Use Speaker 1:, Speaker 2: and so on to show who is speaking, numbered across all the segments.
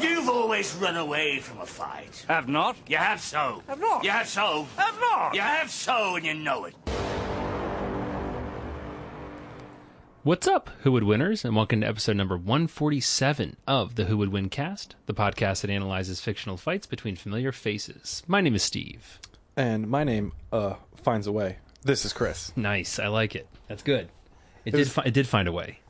Speaker 1: You've always run away from a fight.
Speaker 2: Have not?
Speaker 1: You have so.
Speaker 2: Have not.
Speaker 1: You have so.
Speaker 2: Have not.
Speaker 1: You have so, and you know it.
Speaker 3: What's up, Who Would Winners, and welcome to episode number 147 of the Who Would Win cast, the podcast that analyzes fictional fights between familiar faces. My name is Steve.
Speaker 4: and my name uh finds a way. This is Chris.
Speaker 3: Nice, I like it. That's good. It, did, fi- it did find a way.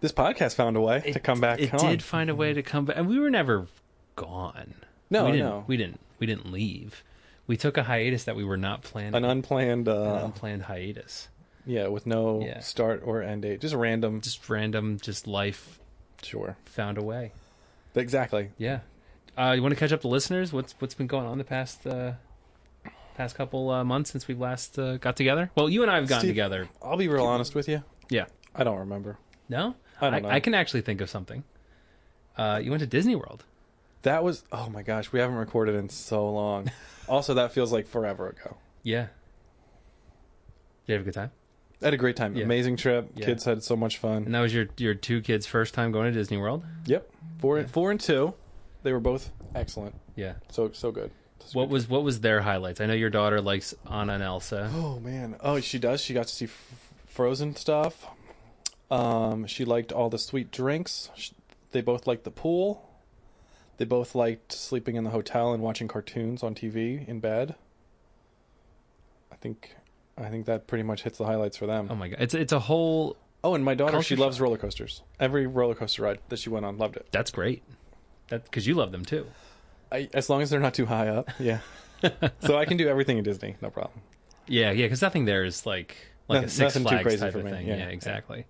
Speaker 4: This podcast found a way to come back.
Speaker 3: It
Speaker 4: on.
Speaker 3: did find a way to come back. And we were never gone.
Speaker 4: No,
Speaker 3: we didn't,
Speaker 4: Oh, no.
Speaker 3: We didn't, we didn't leave. We took a hiatus that we were not planning.
Speaker 4: an unplanned,
Speaker 3: an
Speaker 4: uh,
Speaker 3: unplanned hiatus.
Speaker 4: yeah, with no
Speaker 3: Yeah.
Speaker 4: start or end date, just random.
Speaker 3: Just random, just life
Speaker 4: sure,
Speaker 3: found a way.
Speaker 4: exactly.
Speaker 3: Yeah. Uh, you want to catch up the listeners? What's what's been going on the past uh, past couple uh, months since we last uh, got together? Well, you and I have gotten
Speaker 4: Steve-
Speaker 3: together.
Speaker 4: I'll be real honest with you.
Speaker 3: Yeah.
Speaker 4: I don't remember.
Speaker 3: No,
Speaker 4: I don't know.
Speaker 3: I, can actually think of something. Uh, you went to Disney World.
Speaker 4: That was oh my gosh, we haven't recorded in so long. also, that feels like forever ago.
Speaker 3: Yeah. Did you have a good time?
Speaker 4: I had a great time.
Speaker 3: Yeah.
Speaker 4: Amazing trip.
Speaker 3: Yeah. Mm-hmm.
Speaker 4: Kids had so much fun.
Speaker 3: And that was your your two kids' first time going to Disney World.
Speaker 4: Yep. Four four and two. They were both excellent.
Speaker 3: Yeah.
Speaker 4: So so good.
Speaker 3: What was what was their highlights? I know your daughter likes Anna and Elsa.
Speaker 4: Oh man! Oh, she does. She got to see f- Frozen stuff. Um, she liked all the sweet drinks. Sh they both liked the pool. They both liked sleeping in the hotel and watching cartoons on TV in bed. I think, I think that pretty much hits the highlights for them.
Speaker 3: Oh my god, it's it's a whole.
Speaker 4: oh, and my daughter, she
Speaker 3: Culture
Speaker 4: loves roller coasters. Every roller coaster ride that she went on, loved it.
Speaker 3: That's great. That because you love them too.
Speaker 4: I, as long as they're not too high up, yeah. so I can do everything in Disney, no problem.
Speaker 3: Yeah, yeah, because nothing there is like like
Speaker 4: No-
Speaker 3: a Six
Speaker 4: nothing too
Speaker 3: Flags
Speaker 4: crazy
Speaker 3: type
Speaker 4: for
Speaker 3: of
Speaker 4: me.
Speaker 3: thing. Yeah,
Speaker 4: Yeah, yeah.
Speaker 3: exactly.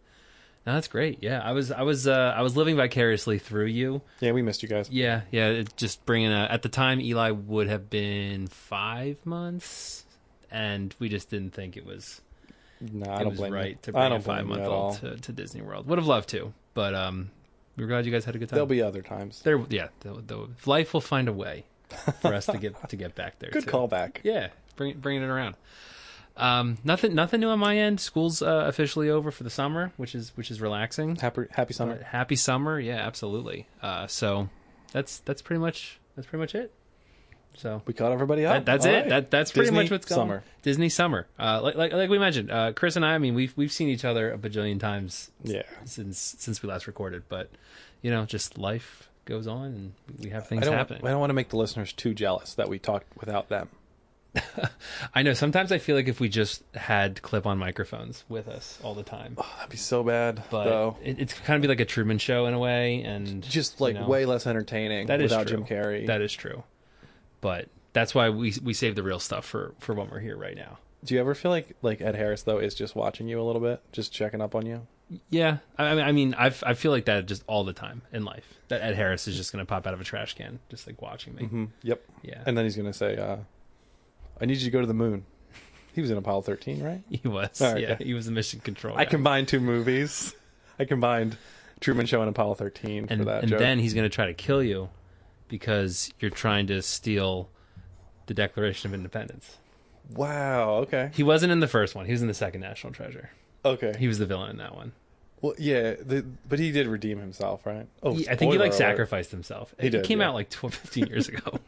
Speaker 3: No, that's great. Yeah, I was I was uh, I was living vicariously through you.
Speaker 4: Yeah, we missed you guys.
Speaker 3: Yeah, yeah. It just bringing a, at the time Eli would have been five months, and we just didn't think it was
Speaker 4: No, I
Speaker 3: it
Speaker 4: don't
Speaker 3: was
Speaker 4: blame you.
Speaker 3: right to
Speaker 4: I
Speaker 3: bring a
Speaker 4: don't blame you
Speaker 3: five month
Speaker 4: at all.
Speaker 3: old to, to Disney World. Would have loved to, but um, we're glad you guys had a good time.
Speaker 4: There'll be other times.
Speaker 3: there. Yeah, the, the, life will find a way for us to get to get back there.
Speaker 4: Good
Speaker 3: too.
Speaker 4: callback.
Speaker 3: Yeah, bring, bringing it around. Um, nothing, nothing new on my end. School's uh, officially over for the summer, which is which is relaxing.
Speaker 4: Happy Happy Summer.
Speaker 3: But happy summer, yeah, absolutely. Uh, so that's that's pretty much that's pretty much it. So
Speaker 4: We caught everybody up.
Speaker 3: that, that's
Speaker 4: All
Speaker 3: it.
Speaker 4: right.
Speaker 3: That that's pretty
Speaker 4: Disney
Speaker 3: much what's going
Speaker 4: summer.
Speaker 3: Disney summer. Uh, like like like we mentioned, uh, Chris and I. I mean, we've we've seen each other a bajillion times.
Speaker 4: Yeah.
Speaker 3: Since since we last recorded, but you know, just life goes on and we have
Speaker 4: I
Speaker 3: things
Speaker 4: don't.
Speaker 3: happening.
Speaker 4: I don't want to make the listeners too jealous that we talked without them.
Speaker 3: I know. Sometimes I feel like if we just had clip-on microphones with us all the time,
Speaker 4: That'd be so bad.
Speaker 3: but
Speaker 4: though.
Speaker 3: it, it's kind of be like a Truman Show in a way, and
Speaker 4: just like
Speaker 3: you know,
Speaker 4: way less entertaining
Speaker 3: that is
Speaker 4: without
Speaker 3: true.
Speaker 4: Jim Carrey.
Speaker 3: That is true. But that's why we we save the real stuff for for when we're here right now.
Speaker 4: Do you ever feel like like Ed Harris though is just watching you a little bit, just checking up on you?
Speaker 3: Yeah, I, I mean- I mean, I I feel like that just all the time in life. That Ed Harris is just gonna pop out of a trash can, just like watching me.
Speaker 4: Yep.
Speaker 3: Yeah.
Speaker 4: Mm-hmm. And then he's gonna say, uh, "I need you to go to the moon." He was in Apollo 13, right?
Speaker 3: He was,
Speaker 4: All right,
Speaker 3: yeah,
Speaker 4: yeah.
Speaker 3: he was the mission control.
Speaker 4: I
Speaker 3: guy.
Speaker 4: combined two movies. I combined Truman Show and Apollo 13
Speaker 3: and,
Speaker 4: for that
Speaker 3: and
Speaker 4: joke.
Speaker 3: then he's going to try to kill you because you're trying to steal the Declaration of Independence.
Speaker 4: wow. Okay.
Speaker 3: He wasn't in the first one. He was in the second National Treasure.
Speaker 4: Okay.
Speaker 3: He was the villain in that one.
Speaker 4: Well, yeah, the, but he did redeem himself, right? Oh,
Speaker 3: He- I think he like
Speaker 4: spoiler alert.
Speaker 3: sacrificed himself. He
Speaker 4: did,
Speaker 3: came
Speaker 4: yeah.
Speaker 3: out like 12, 15 years ago.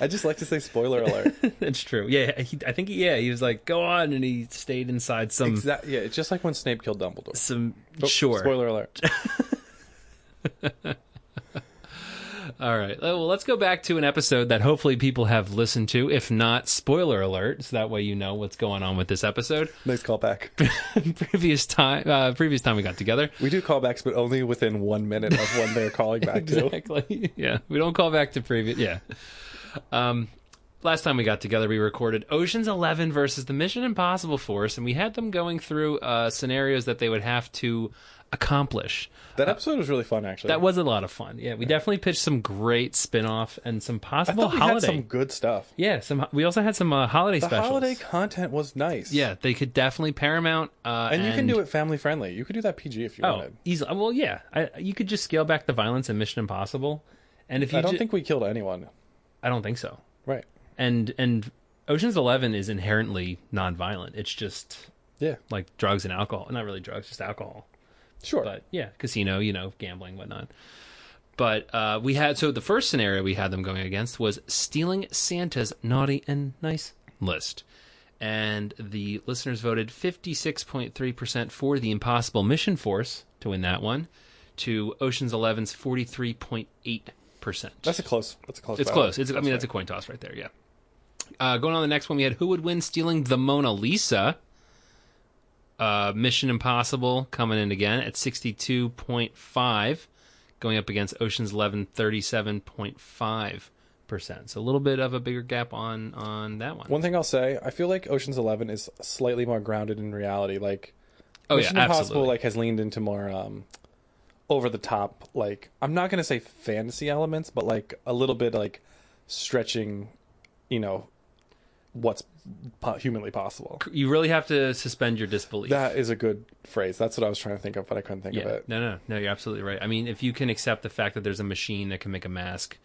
Speaker 4: I just like to say spoiler alert.
Speaker 3: That's true. Yeah, he, I think yeah, he was like go on, and he stayed inside some
Speaker 4: exactly. Yeah, it's just like when Snape killed Dumbledore.
Speaker 3: some
Speaker 4: Oh,
Speaker 3: sure.
Speaker 4: Spoiler alert.
Speaker 3: All right. Well, let's go back to an episode that hopefully people have listened to. If not, spoiler alert, so that way you know what's going on with this episode.
Speaker 4: nice callback.
Speaker 3: previous time, uh, previous time we got together.
Speaker 4: We do callbacks, but only within one minute of when they're calling back to.
Speaker 3: Exactly. Yeah, we don't call back to previous. Yeah. Um, last time we got together, we recorded Ocean's Eleven versus the Mission Impossible Force, and we had them going through uh, scenarios that they would have to accomplish.
Speaker 4: That episode was really fun, actually.
Speaker 3: That was a lot of fun. Yeah, we definitely pitched some great spin-off and some
Speaker 4: I
Speaker 3: possible
Speaker 4: thought we had
Speaker 3: holiday.
Speaker 4: some good stuff.
Speaker 3: Yeah, some we also had some uh, holiday
Speaker 4: The
Speaker 3: specials.
Speaker 4: holiday content was nice.
Speaker 3: yeah, they could definitely Paramount. Uh,
Speaker 4: and, you can do it family friendly. You could do that PG if you
Speaker 3: Oh,
Speaker 4: wanted.
Speaker 3: easily. Well, yeah, I, you could just scale back the violence in Mission Impossible, and if you
Speaker 4: I don't
Speaker 3: ju-
Speaker 4: think we killed anyone.
Speaker 3: I don't think so.
Speaker 4: Right.
Speaker 3: And and Ocean's Eleven is inherently nonviolent. It's just
Speaker 4: Yeah.
Speaker 3: like drugs and alcohol. Not really drugs, just alcohol.
Speaker 4: Sure.
Speaker 3: but yeah, casino, you know, gambling, whatnot. But uh, we had so the first scenario we had them going against was stealing Santa's naughty and nice list, and the listeners voted fifty six point three percent for the Impossible Mission Force to win that one, to Ocean's Eleven's forty three point eight percent.
Speaker 4: that's a close. That's a close.
Speaker 3: It's
Speaker 4: battle.
Speaker 3: close. It's, I mean, that's a coin toss right there. Yeah. Uh, going on the next one, we had who would win stealing the Mona Lisa. Uh, Mission Impossible coming in again at sixty two point five, going up against Ocean's Eleven thirty seven point five percent. So a little bit of a bigger gap on on that one.
Speaker 4: One thing I'll say, I feel like Ocean's Eleven is slightly more grounded in reality. Like
Speaker 3: oh
Speaker 4: Mission
Speaker 3: yeah,
Speaker 4: Impossible
Speaker 3: absolutely.
Speaker 4: like has leaned into more um over the top like I'm not going to say fantasy elements, but like a little bit like stretching, you know, what's po- humanly possible.
Speaker 3: you really have to suspend your disbelief.
Speaker 4: That is a good phrase. That's what I was trying to think of, but I couldn't think of
Speaker 3: yeah.
Speaker 4: it.
Speaker 3: No, no, no. You're absolutely right. I mean, if you can accept the fact that there's a machine that can make a mask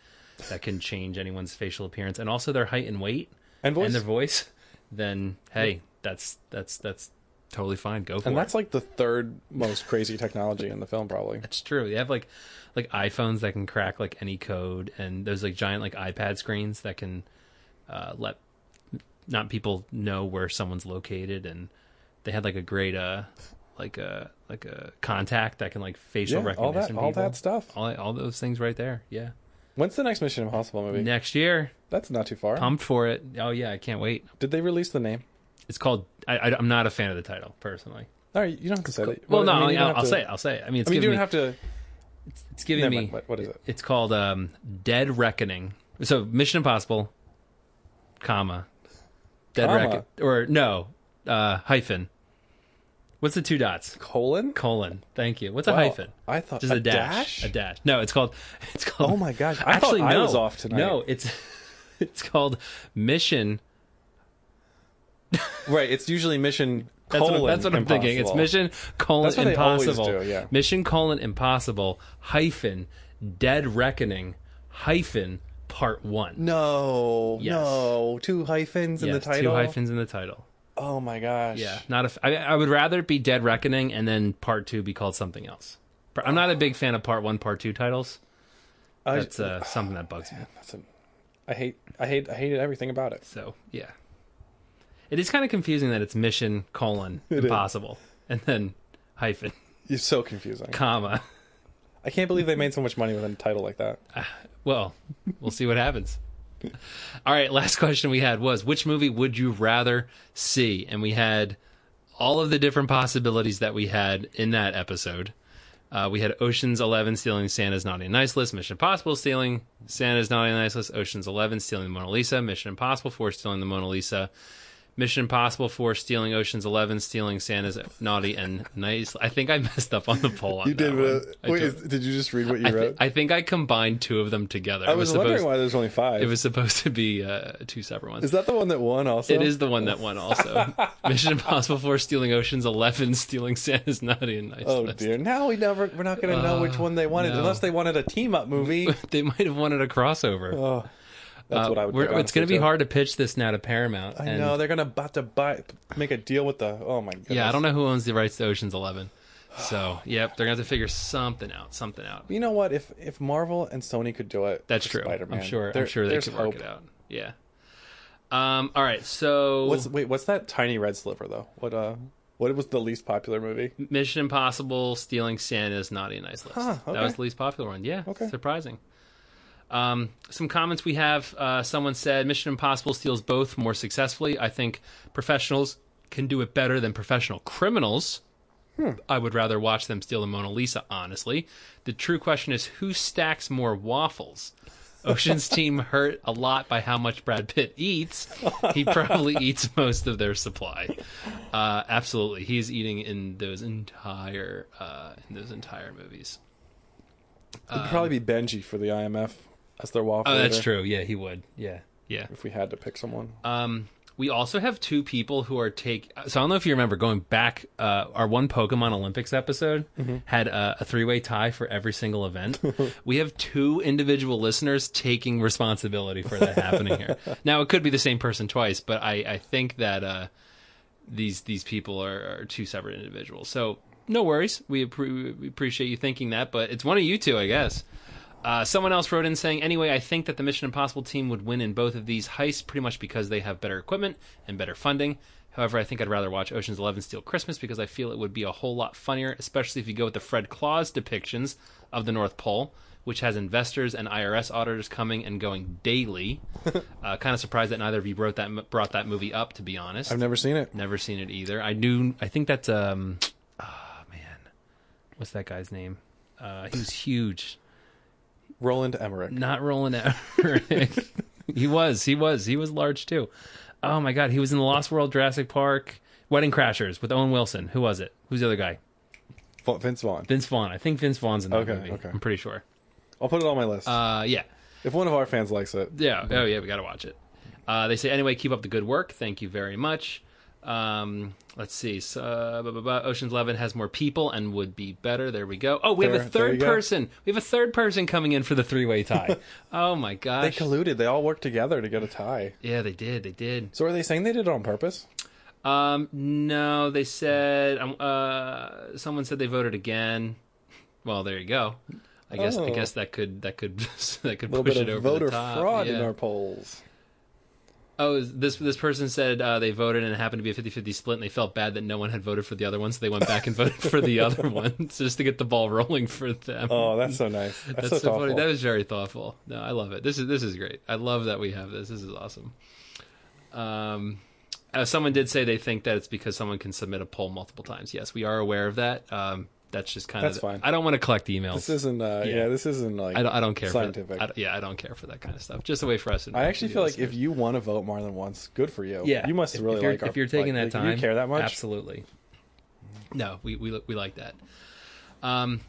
Speaker 3: that can change anyone's facial appearance and also their height and weight.
Speaker 4: And voice.
Speaker 3: and their voice, then hey, that's that's that's totally fine. Go for
Speaker 4: And
Speaker 3: it.
Speaker 4: that's like the third most crazy technology in the film, probably.
Speaker 3: it's true. They have like like iPhones that can crack like any code, and those like giant like iPad screens that can uh, let not people know where someone's located, and they had like a great uh like a like a contact that can like facial
Speaker 4: Yeah, all
Speaker 3: recognition.
Speaker 4: that, all
Speaker 3: people.
Speaker 4: that stuff.
Speaker 3: All, all those things right there. Yeah.
Speaker 4: When's the next Mission Impossible movie?
Speaker 3: Next year,
Speaker 4: That's not too far.
Speaker 3: pumped for it. Oh yeah, I can't wait.
Speaker 4: Did they release the name?
Speaker 3: It's called. I, I, I'm not a fan of the title personally.
Speaker 4: All right, you don't have to say that.
Speaker 3: Well,
Speaker 4: What-
Speaker 3: no,
Speaker 4: I mean,
Speaker 3: I
Speaker 4: you don't
Speaker 3: will
Speaker 4: have to-
Speaker 3: say it. I'll say it. I mean, it's
Speaker 4: I mean, you
Speaker 3: giving
Speaker 4: don't
Speaker 3: me,
Speaker 4: have to.
Speaker 3: it's giving
Speaker 4: Never
Speaker 3: me.
Speaker 4: mind. What- what is it?
Speaker 3: It's called um, Dead Reckoning. So Mission Impossible, comma, Dead
Speaker 4: Comma.
Speaker 3: Reckoning, or no, uh, hyphen. What's the two dots?
Speaker 4: Colon?
Speaker 3: Colon. Thank you. What's a
Speaker 4: Wow,
Speaker 3: hyphen?
Speaker 4: I thought-
Speaker 3: just a,
Speaker 4: a
Speaker 3: dash,
Speaker 4: dash?
Speaker 3: A dash. No, it's called. It's called.
Speaker 4: Oh my gosh, I thought
Speaker 3: actually,
Speaker 4: I
Speaker 3: no.
Speaker 4: was off tonight.
Speaker 3: No, it's it's called Mission.
Speaker 4: Right, it's usually Mission
Speaker 3: That's
Speaker 4: colon
Speaker 3: what, that's what I'm thinking. It's
Speaker 4: Impossible.
Speaker 3: Mission colon
Speaker 4: That's what they always
Speaker 3: impossible.
Speaker 4: do, yeah.
Speaker 3: Mission colon impossible hyphen dead reckoning hyphen part one.
Speaker 4: No,
Speaker 3: Yes.
Speaker 4: no, two hyphens in the
Speaker 3: Yes,
Speaker 4: title.
Speaker 3: Two hyphens in the title.
Speaker 4: Oh my gosh.
Speaker 3: Yeah, not a. f- I, I would rather it be dead reckoning and then part two be called something else. But I'm not a big fan of part one, part two titles.
Speaker 4: I,
Speaker 3: That's uh, something that bugs me.
Speaker 4: that's a, I hate, I hate, I hated everything about it.
Speaker 3: So yeah, it is kind of confusing that it's mission colon impossible and then hyphen
Speaker 4: It's so confusing.
Speaker 3: comma.
Speaker 4: I can't believe they made so much money with a title like that.
Speaker 3: Well, we'll see what happens. All right, last question we had was which movie would you rather see? And we had all of the different possibilities that we had in that episode. Uh, we had Ocean's Eleven stealing Santa's Naughty and Nice List, Mission Impossible stealing Santa's Naughty and Nice List, Ocean's Eleven stealing the Mona Lisa, Mission Impossible 4 stealing the Mona Lisa, Mission Impossible 4 stealing Ocean's Eleven, stealing Santa's Naughty and Nice. I think I messed up on the poll. On that one. I don't-
Speaker 4: did you just read what you
Speaker 3: I, thi- I think I combined two of them together.
Speaker 4: I was, wondering
Speaker 3: supposed,
Speaker 4: why there's only five.
Speaker 3: it was supposed to be uh, two separate ones.
Speaker 4: is that the one that won? Also,
Speaker 3: it is the one that won also. Mission Impossible 4 stealing Ocean's 11 stealing Santa's Naughty and Nice
Speaker 4: Oh
Speaker 3: List.
Speaker 4: dear! Now we never we're not going to know which one they wanted
Speaker 3: Uh, no.
Speaker 4: unless they wanted a team up movie.
Speaker 3: They might have wanted a crossover.
Speaker 4: Oh, That's
Speaker 3: Uh,
Speaker 4: what I would.
Speaker 3: we're-
Speaker 4: pick,
Speaker 3: it's going to
Speaker 4: honestly,
Speaker 3: be
Speaker 4: too.
Speaker 3: hard to pitch this now to Paramount.
Speaker 4: I
Speaker 3: and-
Speaker 4: know they're going to about to buy make a deal with the. Oh my god!
Speaker 3: Yeah, I don't know who owns the rights to Ocean's 11. So, yep, they're going to have to figure something out. Something out.
Speaker 4: You know what? If if Marvel and Sony could do it,
Speaker 3: That's
Speaker 4: for
Speaker 3: true.
Speaker 4: Spider-Man,
Speaker 3: I'm sure.
Speaker 4: there-
Speaker 3: I'm sure they
Speaker 4: there's
Speaker 3: can
Speaker 4: hope.
Speaker 3: work it out. Yeah. Um. All right. So
Speaker 4: What's wait? What's that tiny red sliver though? What uh? What was the least popular movie?
Speaker 3: Mission Impossible stealing Santa's naughty and nice list.
Speaker 4: Huh,
Speaker 3: That
Speaker 4: okay.
Speaker 3: was the least popular one. Yeah,
Speaker 4: Okay.
Speaker 3: surprising. Um, some comments we have. Uh, someone said Mission Impossible steals both more successfully. I think professionals can do it better than professional criminals.
Speaker 4: Hmm.
Speaker 3: I would rather watch them steal the Mona Lisa. Honestly, the true question is who stacks more waffles. Ocean's team hurt a lot by how much Brad Pitt eats. He probably eats most of their supply. Uh, absolutely, he's eating in those entire uh, in those entire movies.
Speaker 4: It'd probably be Benji for the IMF as their waffle.
Speaker 3: Oh, that's
Speaker 4: leader,
Speaker 3: true. Uh, Yeah, he would. Yeah, yeah.
Speaker 4: If we had to pick someone,
Speaker 3: We also have two people who are take. So I don't know if you remember going back. Uh, our one Pokemon Olympics episode had a, a three way tie for every single event. we have two individual listeners taking responsibility for that happening here. Now it could be the same person twice, but I, I think that uh, these these people are, are two separate individuals. So no worries. We, appre- we appreciate you thinking that, but it's one of you two, I guess. Uh, someone else wrote in saying, anyway, I think that the Mission Impossible team would win in both of these heists pretty much because they have better equipment and better funding. However, I think I'd rather watch Ocean's Eleven Steal Christmas because I feel it would be a whole lot funnier, especially if you go with the Fred Claus depictions of the North Pole, which has investors and IRS auditors coming and going daily. uh, kind of surprised that neither of you brought that brought that movie up, to be honest.
Speaker 4: I've never seen it.
Speaker 3: Never seen it either. I knew. I think that's um. Oh man, what's that guy's name? Uh, he was huge.
Speaker 4: Roland Emmerich.
Speaker 3: Not Roland Emmerich. he was. He was. He was large too. Oh my god, he was in the Lost World, Jurassic Park, Wedding Crashers with Owen Wilson. Who was it? Who's the other guy?
Speaker 4: Va- Vince Vaughn.
Speaker 3: Vince Vaughn. I think Vince Vaughn's in that
Speaker 4: Okay,
Speaker 3: movie.
Speaker 4: okay.
Speaker 3: I'm pretty sure.
Speaker 4: I'll put it on my list.
Speaker 3: Uh, yeah.
Speaker 4: if one of our fans likes it,
Speaker 3: Yeah. Oh, yeah. We got to watch it. Uh, they say, anyway, keep up the good work. Thank you very much. Um, let's see. So, uh, blah, blah, blah. Ocean's Eleven has more people and would be better. There we go. Oh, we have
Speaker 4: There-
Speaker 3: a
Speaker 4: there you
Speaker 3: third
Speaker 4: go.
Speaker 3: person. We have a third person coming in for the three way tie. oh, my
Speaker 4: they
Speaker 3: gosh.
Speaker 4: colluded. They all worked together to get a tie.
Speaker 3: yeah, they did. They did.
Speaker 4: So are they saying they did it on purpose?
Speaker 3: Um, no, they said, um, uh, someone said they voted again. Well, there you go. I guess, I
Speaker 4: Oh.
Speaker 3: guess that could, that could, that could
Speaker 4: A little
Speaker 3: push it
Speaker 4: bit of
Speaker 3: over
Speaker 4: voter
Speaker 3: the top.
Speaker 4: fraud in
Speaker 3: Yeah.
Speaker 4: our polls.
Speaker 3: Oh, is- this this person said uh, they voted and it happened to be a 50-50 split, and they felt bad that no one had voted for the other one, so they went back and voted for the other one just to get the ball rolling for them.
Speaker 4: Oh, that's so nice. That's, so, thoughtful.
Speaker 3: That was very thoughtful. No, I love it. This is this is great. I love that we have this. This is awesome. Um, uh, someone did say they think that it's because someone can submit a poll multiple times. Yes, we are aware of that. Um, that's just kind
Speaker 4: That's
Speaker 3: of.
Speaker 4: fine.
Speaker 3: I don't want to collect emails.
Speaker 4: This isn't. Uh, yeah. this isn't like.
Speaker 3: I don't, I don't care. For
Speaker 4: Scientific.
Speaker 3: that. I don't- yeah, I don't care for that kind of stuff. Just a way for us. to-
Speaker 4: I actually
Speaker 3: to
Speaker 4: feel like
Speaker 3: listen.
Speaker 4: if you want to vote more than once, good for you.
Speaker 3: Yeah,
Speaker 4: you must
Speaker 3: If-
Speaker 4: really
Speaker 3: if you're,
Speaker 4: like our.
Speaker 3: if you're taking
Speaker 4: like,
Speaker 3: that
Speaker 4: if
Speaker 3: time.
Speaker 4: You care that much?
Speaker 3: Absolutely. No, we we we like that. Um,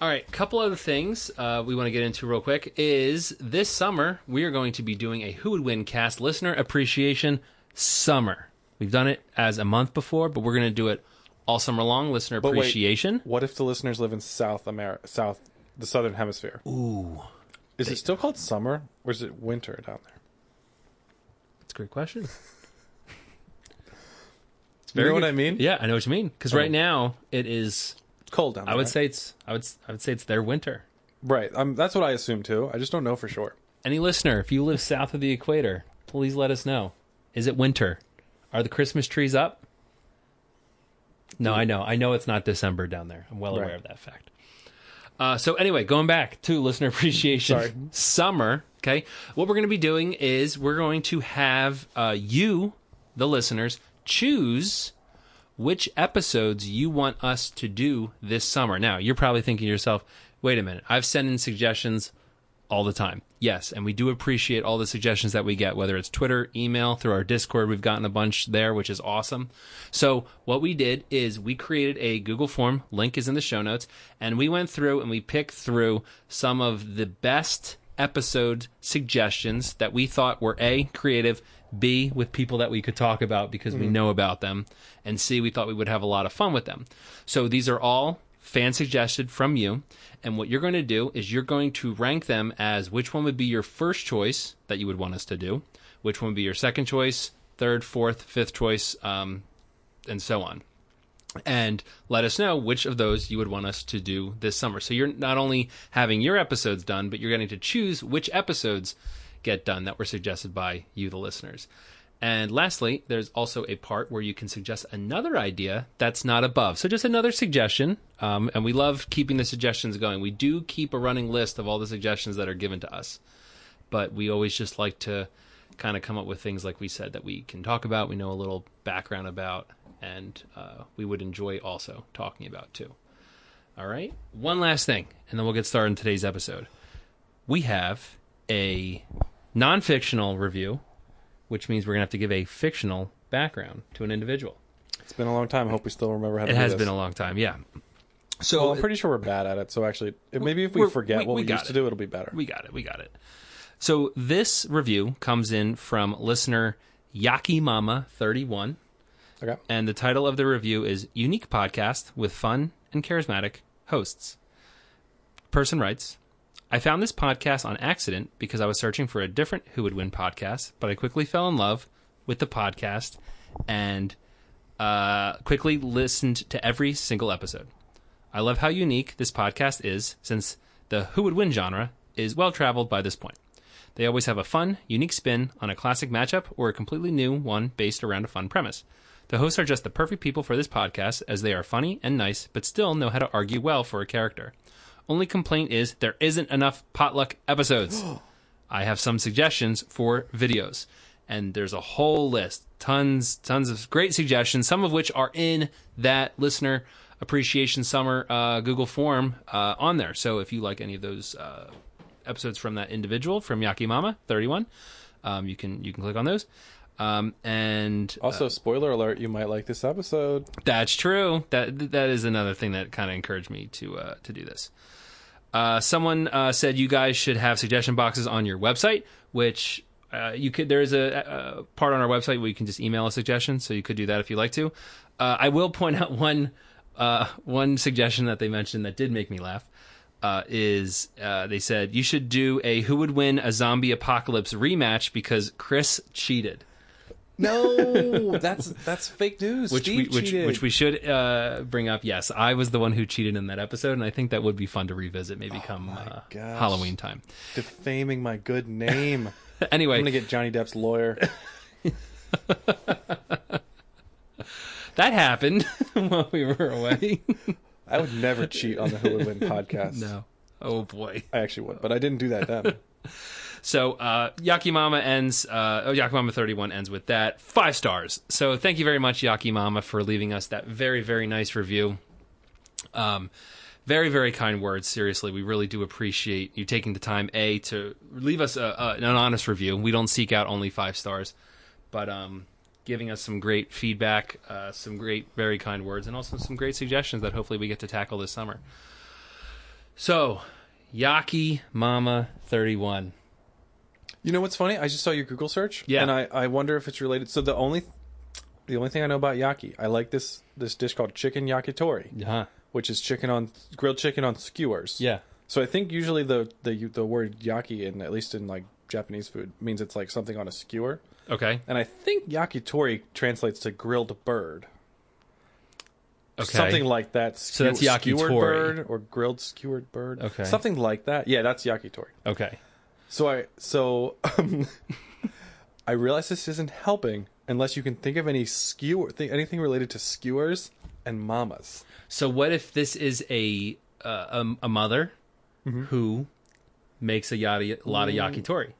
Speaker 3: all right, couple other things uh, we want to get into real quick is this summer we are going to be doing a Who Would Win Cast listener appreciation summer. We've done it as a month before, but we're going to do it all summer long. Listener
Speaker 4: But wait,
Speaker 3: appreciation.
Speaker 4: what if the listeners live in South America, South, the Southern Hemisphere? Ooh. Is it still called summer or is it winter down there?
Speaker 3: That's a great question. it's
Speaker 4: You know what I mean? Oh.
Speaker 3: Yeah, I know what you mean. Because right now it is.
Speaker 4: It's cold down there.
Speaker 3: I would
Speaker 4: right?
Speaker 3: say it's. I would. s- I would say it's their winter.
Speaker 4: right. Um, that's what I assume too. I just don't know for sure.
Speaker 3: any listener, if you live south of the equator, please let us know. Is it winter? Are the Christmas trees up? No, I know. I know it's not December down there. I'm well aware
Speaker 4: Right.
Speaker 3: of that fact. Uh, so anyway, going back to listener appreciation
Speaker 4: Sorry.
Speaker 3: summer. Okay, what we're going to be doing is we're going to have uh, you, the listeners, choose which episodes you want us to do this summer. Now, you're probably thinking to yourself, wait a minute, I've sent in suggestions all the time. Yes, and we do appreciate all the suggestions that we get, whether it's Twitter, email, through our Discord. We've gotten a bunch there, which is awesome. So, what we did is we created a Google form, link is in the show notes, and we went through and we picked through some of the best episode suggestions that we thought were A, creative, B, with people that we could talk about because we know about them, and C, we thought we would have a lot of fun with them. So these are all fan suggested from you. And what you're going to do is you're going to rank them as which one would be your first choice that you would want us to do, which one would be your second choice, third, fourth, fifth choice, um, and so on and let us know which of those you would want us to do this summer. So you're not only having your episodes done, but you're getting to choose which episodes get done that were suggested by you, the listeners. And lastly, there's also a part where you can suggest another idea that's not above. So just another suggestion. Um, and we love keeping the suggestions going. We do keep a running list of all the suggestions that are given to us but we always just like to kind of come up with things like we said that we can talk about, we know a little background about, and uh, we would enjoy also talking about too. All right. One last thing, and then we'll get started in today's episode. We have a non fictional review, which means we're going to have to give a fictional background to an individual.
Speaker 4: It's been a long time. I hope we still remember how to
Speaker 3: It
Speaker 4: do
Speaker 3: has
Speaker 4: this.
Speaker 3: been a long time, yeah. So
Speaker 4: Well, I'm pretty sure we're bad at it. So actually, it- maybe if we
Speaker 3: We're-
Speaker 4: forget
Speaker 3: we-
Speaker 4: what
Speaker 3: we
Speaker 4: we,
Speaker 3: got
Speaker 4: used to
Speaker 3: it.
Speaker 4: do, it'll be better.
Speaker 3: We got it. We got it. So this review comes in from listener Yakimama31,
Speaker 4: okay.
Speaker 3: and the title of the review is Unique Podcast with Fun and Charismatic Hosts. Person writes, I found this podcast on accident because I was searching for a different Who Would Win podcast, but I quickly fell in love with the podcast and uh, quickly listened to every single episode. I love how unique this podcast is since the Who Would Win genre is well traveled by this point. They always have a fun, unique spin on a classic matchup or a completely new one based around a fun premise. The hosts are just the perfect people for this podcast as they are funny and nice, but still know how to argue well for a character. Only complaint is there isn't enough potluck episodes. I have some suggestions for videos. And there's a whole list, tons, tons of great suggestions, some of which are in that listener appreciation summer uh, Google form uh, on there. So if you like any of those uh, episodes from that individual from Yakimama 31, um, you can you can click on those. Um, and
Speaker 4: Also, spoiler alert: you might like this episode.
Speaker 3: that's true. That that is another thing that kind of encouraged me to uh, to do this. Uh, someone uh, said you guys should have suggestion boxes on your website, which uh, you could. There is a, a part on our website where you can just email a suggestion, so you could do that if you like to. Uh, I will point out one uh, one suggestion that they mentioned that did make me laugh. Uh, is uh, they said you should do a who would win a zombie apocalypse rematch because Chris cheated.
Speaker 4: No, that's that's fake news.
Speaker 3: which we, which, which we should uh, bring up. Yes, I was the one who cheated in that episode, and I think that would be fun to revisit maybe come uh,
Speaker 4: Oh gosh.
Speaker 3: Halloween time.
Speaker 4: defaming my good name.
Speaker 3: Anyway,
Speaker 4: I'm gonna get Johnny Depp's lawyer.
Speaker 3: that happened while we were away.
Speaker 4: I would never cheat on the Who Would Win podcast.
Speaker 3: no. Oh boy.
Speaker 4: I actually would, but I didn't do that then.
Speaker 3: So uh, Yakimama ends. Uh, oh, Yakimama thirty one ends with that five stars. So thank you very much, Yakimama, for leaving us that very very nice review. Um, very very kind words. Seriously, we really do appreciate you taking the time a to leave us a, a, an honest review. We don't seek out only five stars, but um, giving us some great feedback, uh, some great very kind words, and also some great suggestions that hopefully we get to tackle this summer. So. Yaki Mama 31.
Speaker 4: You know what's funny? I just saw your Google search.
Speaker 3: Yeah.
Speaker 4: And I, I wonder if it's related. So the only the only thing I know about yaki, I like this this dish called chicken yakitori,
Speaker 3: Huh.
Speaker 4: which is chicken on grilled chicken on skewers.
Speaker 3: Yeah.
Speaker 4: So I think usually the the the word yaki in at least in like Japanese food means it's like something on a skewer.
Speaker 3: Okay.
Speaker 4: And I think yakitori translates to grilled bird.
Speaker 3: Okay.
Speaker 4: Something like that. So
Speaker 3: that's
Speaker 4: Skewered
Speaker 3: yakitori.
Speaker 4: bird or grilled skewered bird.
Speaker 3: Okay.
Speaker 4: Something like that. Yeah, that's yakitori.
Speaker 3: Okay.
Speaker 4: So I so um, I realize this isn't helping unless you can think of any skewer th- anything related to skewers and mamas.
Speaker 3: So what if this is a uh, a, a mother
Speaker 4: Mm-hmm.
Speaker 3: who makes a yada lot of
Speaker 4: Mm.
Speaker 3: yakitori?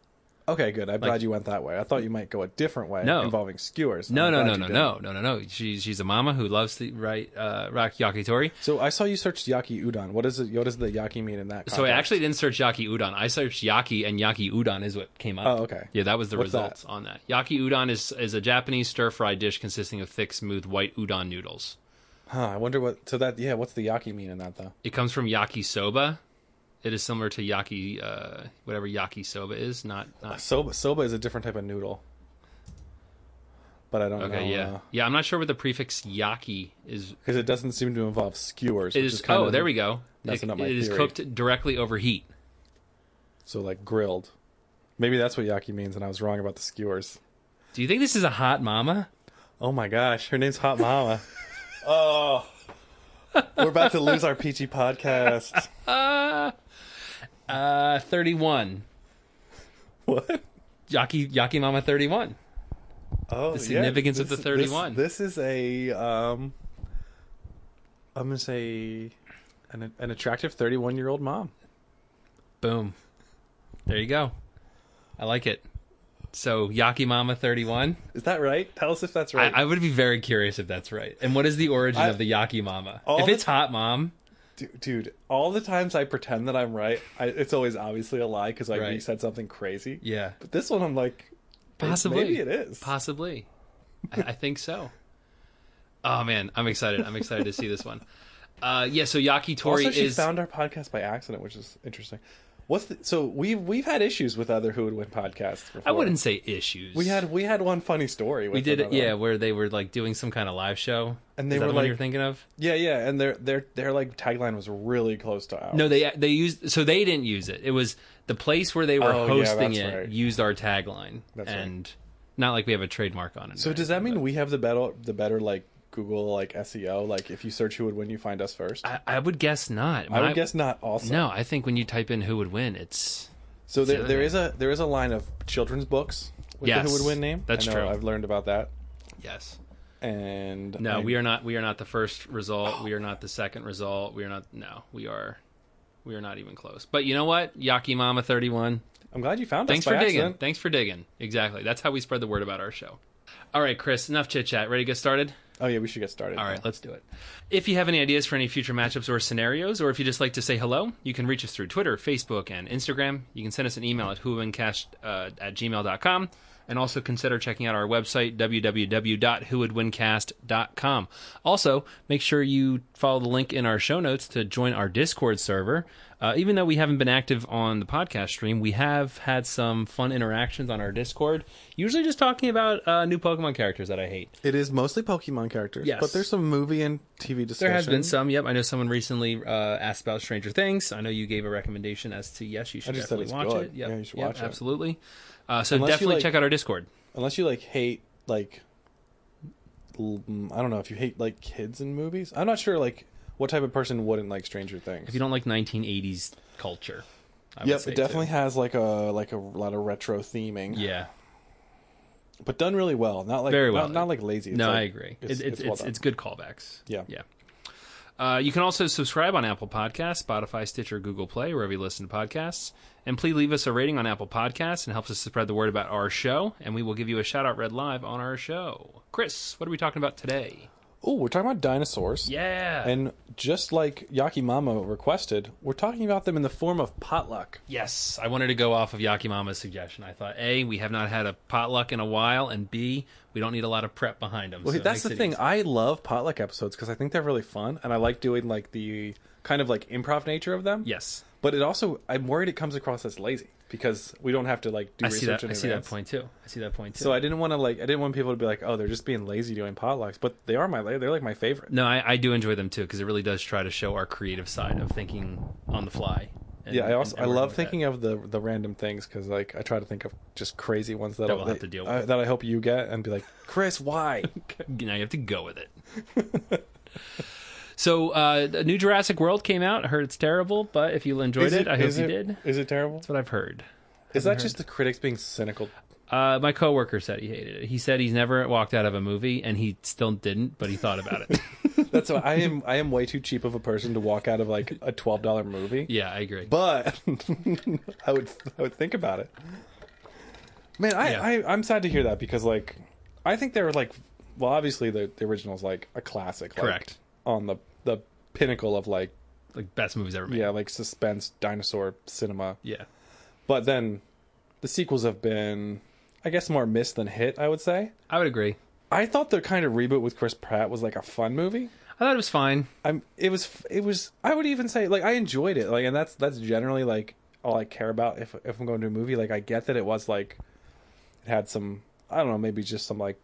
Speaker 4: Okay, good. I'm glad you went that way. I thought you might go a different way
Speaker 3: No.
Speaker 4: involving skewers.
Speaker 3: No,
Speaker 4: I'm
Speaker 3: no,
Speaker 4: glad
Speaker 3: no,
Speaker 4: you
Speaker 3: no,
Speaker 4: did.
Speaker 3: no, no, no, no. She, she's a mama who loves to write uh, rock yakitori.
Speaker 4: So I saw you searched yaki udon. What is it? What does the yaki mean in that? Context?
Speaker 3: So I actually didn't search yaki udon. I searched yaki, and yaki udon is what came up.
Speaker 4: Oh, okay.
Speaker 3: Yeah, that was the
Speaker 4: What's
Speaker 3: results on that. Yaki udon is is a Japanese stir fry dish consisting of thick, smooth white udon noodles.
Speaker 4: Huh, I wonder what. So that yeah, what's the yaki mean in that though?
Speaker 3: It comes from yaki soba. It is similar to yaki, uh, whatever yaki soba is. Not not
Speaker 4: Uh, Soba soba is a different type of noodle. But I don't
Speaker 3: Okay,
Speaker 4: know.
Speaker 3: yeah, yeah. I'm not sure what the prefix "yaki" is.
Speaker 4: Because it doesn't seem to involve skewers.
Speaker 3: It
Speaker 4: which
Speaker 3: is.
Speaker 4: is kind
Speaker 3: oh,
Speaker 4: of-
Speaker 3: there we go. It,
Speaker 4: messing up my
Speaker 3: it is
Speaker 4: theory.
Speaker 3: cooked directly over heat.
Speaker 4: So like grilled. Maybe that's what yaki means, and I was wrong about the skewers.
Speaker 3: Do you think this is a hot mama?
Speaker 4: Oh my gosh, her name's Hot Mama. oh, we're about to lose our peachy podcast.
Speaker 3: Uh, 31.
Speaker 4: What?
Speaker 3: Yaki Yaki Mama 31.
Speaker 4: Oh, the
Speaker 3: significance of the 31.
Speaker 4: This, is a um, I'm gonna say an an attractive 31 year old mom.
Speaker 3: Boom. There you go. I like it. So Yaki Mama 31.
Speaker 4: Is that right? Tell us if that's
Speaker 3: I,
Speaker 4: right.
Speaker 3: I would be very curious if that's right. And what is the origin
Speaker 4: I-
Speaker 3: of the Yaki Mama?
Speaker 4: All
Speaker 3: If
Speaker 4: the-
Speaker 3: it's hot mom,
Speaker 4: Du- Dude, all the times I pretend that I'm right, I, it's always obviously a lie because I
Speaker 3: Right.
Speaker 4: said something crazy.
Speaker 3: Yeah.
Speaker 4: But this one, I'm like,
Speaker 3: Possibly.
Speaker 4: Maybe it is.
Speaker 3: Possibly. I, I think so. Oh man, I'm excited. I'm excited to see this one. Uh yeah, so Yakitori
Speaker 4: also, she
Speaker 3: is
Speaker 4: found our podcast by accident, which is interesting. What's the, so we've we've had issues with other Who Would Win podcasts. Before.
Speaker 3: I wouldn't say issues.
Speaker 4: We had we had one funny story. With
Speaker 3: we did
Speaker 4: another
Speaker 3: yeah,
Speaker 4: one.
Speaker 3: where they were like doing some kind of live show.
Speaker 4: And they
Speaker 3: Is that
Speaker 4: were
Speaker 3: the one
Speaker 4: like-
Speaker 3: you're thinking of?
Speaker 4: yeah, yeah, and their their their like tagline was really close to ours.
Speaker 3: No, they they used so they didn't use it. It was the place where they were
Speaker 4: Oh, yeah,
Speaker 3: hosting
Speaker 4: that's
Speaker 3: it
Speaker 4: right.
Speaker 3: used our tagline,
Speaker 4: That's right.
Speaker 3: and not like we have a trademark on it.
Speaker 4: So does that mean we have the better the better like Google like SEO? Like if you search Who Would Win, you find us first.
Speaker 3: I, I would guess not.
Speaker 4: I
Speaker 3: When
Speaker 4: would guess not. Also,
Speaker 3: no. I think when you type in who would win, it's
Speaker 4: So there,
Speaker 3: other
Speaker 4: there is a there is a line of children's books with the
Speaker 3: Yes,
Speaker 4: Who Would Win name.
Speaker 3: that's
Speaker 4: I know,
Speaker 3: true.
Speaker 4: I've learned about that.
Speaker 3: yes.
Speaker 4: And
Speaker 3: No,
Speaker 4: I-
Speaker 3: we are not. We are not the first result. We are not the second result. We are not. No, we are. We are not even close. But you know what, Yaki Mama Thirty One.
Speaker 4: I'm glad you found
Speaker 3: Thanks
Speaker 4: us
Speaker 3: for
Speaker 4: by
Speaker 3: digging.
Speaker 4: accident.
Speaker 3: Thanks for digging. Exactly. That's how we spread the word about our show. All right, Chris. Enough chit chat. Ready to get started?
Speaker 4: Oh yeah, we should get started.
Speaker 3: All right, let's do it. If you have any ideas for any future matchups or scenarios, or if you just like to say hello, you can reach us through Twitter, Facebook, and Instagram. You can send us an email at whowouldwincast uh, at gmail.com. And also consider checking out our website, www.whowouldwincast.com. Also, make sure you follow the link in our show notes to join our Discord server. Uh, even though we haven't been active on the podcast stream, we have had some fun interactions on our Discord, usually just talking about uh, new Pokemon characters that I hate.
Speaker 4: It is mostly Pokemon characters.
Speaker 3: Yes.
Speaker 4: But there's some movie and TV discussion.
Speaker 3: There has been some. Yep, I know someone recently uh, asked about Stranger Things. I know you gave a recommendation as to yes, you should
Speaker 4: just said
Speaker 3: definitely
Speaker 4: it's
Speaker 3: watch
Speaker 4: good.
Speaker 3: it. Yep,
Speaker 4: Yeah, you should
Speaker 3: yep,
Speaker 4: watch it.
Speaker 3: Absolutely. Uh, so
Speaker 4: Unless you
Speaker 3: definitely
Speaker 4: like-
Speaker 3: check out our Discord.
Speaker 4: Unless you like hate like l- mm, I don't know if you hate like kids in movies. I'm not sure like what type of person wouldn't like Stranger Things.
Speaker 3: If you don't like 1980s culture, I would
Speaker 4: yep,
Speaker 3: say,
Speaker 4: it definitely
Speaker 3: too.
Speaker 4: has like a like a lot of retro theming.
Speaker 3: Yeah,
Speaker 4: But done really well. Not like
Speaker 3: very well.
Speaker 4: Not, not like lazy. It's
Speaker 3: no,
Speaker 4: like-
Speaker 3: I agree. It's it's it's,
Speaker 4: well
Speaker 3: it's,
Speaker 4: done.
Speaker 3: good callbacks.
Speaker 4: Yeah.
Speaker 3: yeah. Uh, you can also subscribe on Apple Podcasts, Spotify, Stitcher, Google Play, wherever you listen to podcasts. And please leave us a rating on Apple Podcasts and helps us spread the word about our show. And we will give you a shout out read live on our show. Chris, what are we talking about today?
Speaker 4: Oh, we're talking about dinosaurs.
Speaker 3: Yeah.
Speaker 4: And just like Yakimama requested, we're talking about them in the form of potluck.
Speaker 3: yes, I wanted to go off of Yakimama's suggestion. I thought, A, we have not had a potluck in a while, and B, we don't need a lot of prep behind them.
Speaker 4: Well,
Speaker 3: so it
Speaker 4: that's
Speaker 3: makes
Speaker 4: the
Speaker 3: it
Speaker 4: thing.
Speaker 3: easy.
Speaker 4: I love potluck episodes because I think they're really fun, and I like doing like the kind of like improv nature of them.
Speaker 3: Yes.
Speaker 4: But it also, I'm worried it comes across as lazy because we don't have to like do
Speaker 3: I
Speaker 4: research.
Speaker 3: see that.
Speaker 4: in
Speaker 3: I see that
Speaker 4: advance.
Speaker 3: point too. I see that point too.
Speaker 4: So I didn't want to like, I didn't want people to be like, oh, they're just being lazy doing potlucks, but they are my, they're like my favorite.
Speaker 3: No, I, I do enjoy them too because it really does try to show our creative side of thinking on the fly. and-
Speaker 4: Yeah, I also
Speaker 3: and-
Speaker 4: I
Speaker 3: and
Speaker 4: love
Speaker 3: working
Speaker 4: thinking
Speaker 3: with
Speaker 4: of the the random things because like I try to think of just crazy ones that, uh,
Speaker 3: we'll have to deal with.
Speaker 4: that I hope you get and be like, Chris, why?
Speaker 3: that. now you have to go with it. so, uh, the new Jurassic World came out. I heard it's terrible, but if you enjoyed
Speaker 4: Is
Speaker 3: it, I hope
Speaker 4: is
Speaker 3: you
Speaker 4: it-
Speaker 3: did. That's
Speaker 4: Is it terrible?
Speaker 3: what I've heard.
Speaker 4: Is that just the critics being cynical?
Speaker 3: Uh, my coworker said he hated it. He said he's never walked out of a movie, and he still didn't, but he thought about it.
Speaker 4: That's why I am. I am way too cheap of a person to walk out of like a twelve dollar movie.
Speaker 3: yeah, I agree.
Speaker 4: But I would. I would think about it. Man, I,
Speaker 3: Yeah.
Speaker 4: I I'm sad to hear that because like I think they're like well obviously the the original's like a classic. Like,
Speaker 3: Correct.
Speaker 4: On the the pinnacle of like
Speaker 3: like best movies ever made.
Speaker 4: yeah like suspense dinosaur cinema.
Speaker 3: yeah.
Speaker 4: But then the sequels have been I guess more miss than hit. I would say.
Speaker 3: I would agree.
Speaker 4: I thought the kind of reboot with Chris Pratt was like a fun movie.
Speaker 3: I thought it was fine.
Speaker 4: I'm it was it was I would even say like I enjoyed it like and that's that's generally like all I care about if if I'm going to a movie like I get that it was like it had some I don't know maybe just some like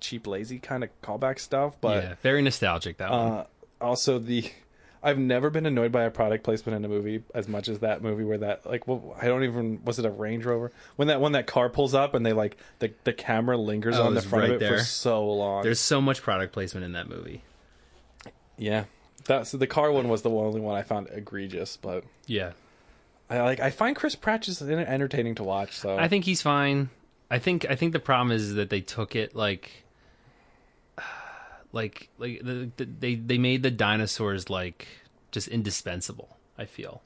Speaker 4: cheap lazy kind of callback stuff but
Speaker 3: yeah, very nostalgic that one.
Speaker 4: uh, also the I've never been annoyed by a product placement in a movie as much as that movie where that like well, I don't even was it a Range Rover when that when that car pulls up and they like the the camera lingers
Speaker 3: Oh,
Speaker 4: on the
Speaker 3: it's
Speaker 4: front
Speaker 3: right
Speaker 4: of it
Speaker 3: there.
Speaker 4: for so long
Speaker 3: There's so much product placement in that movie.
Speaker 4: yeah that's the car one was the only one I found egregious but
Speaker 3: Yeah.
Speaker 4: I like. I find Chris Pratt just en- entertaining to watch. So
Speaker 3: I think he's fine. I think I think the problem is that they took it like like like the, the, they they made the dinosaurs like just indispensable, I feel.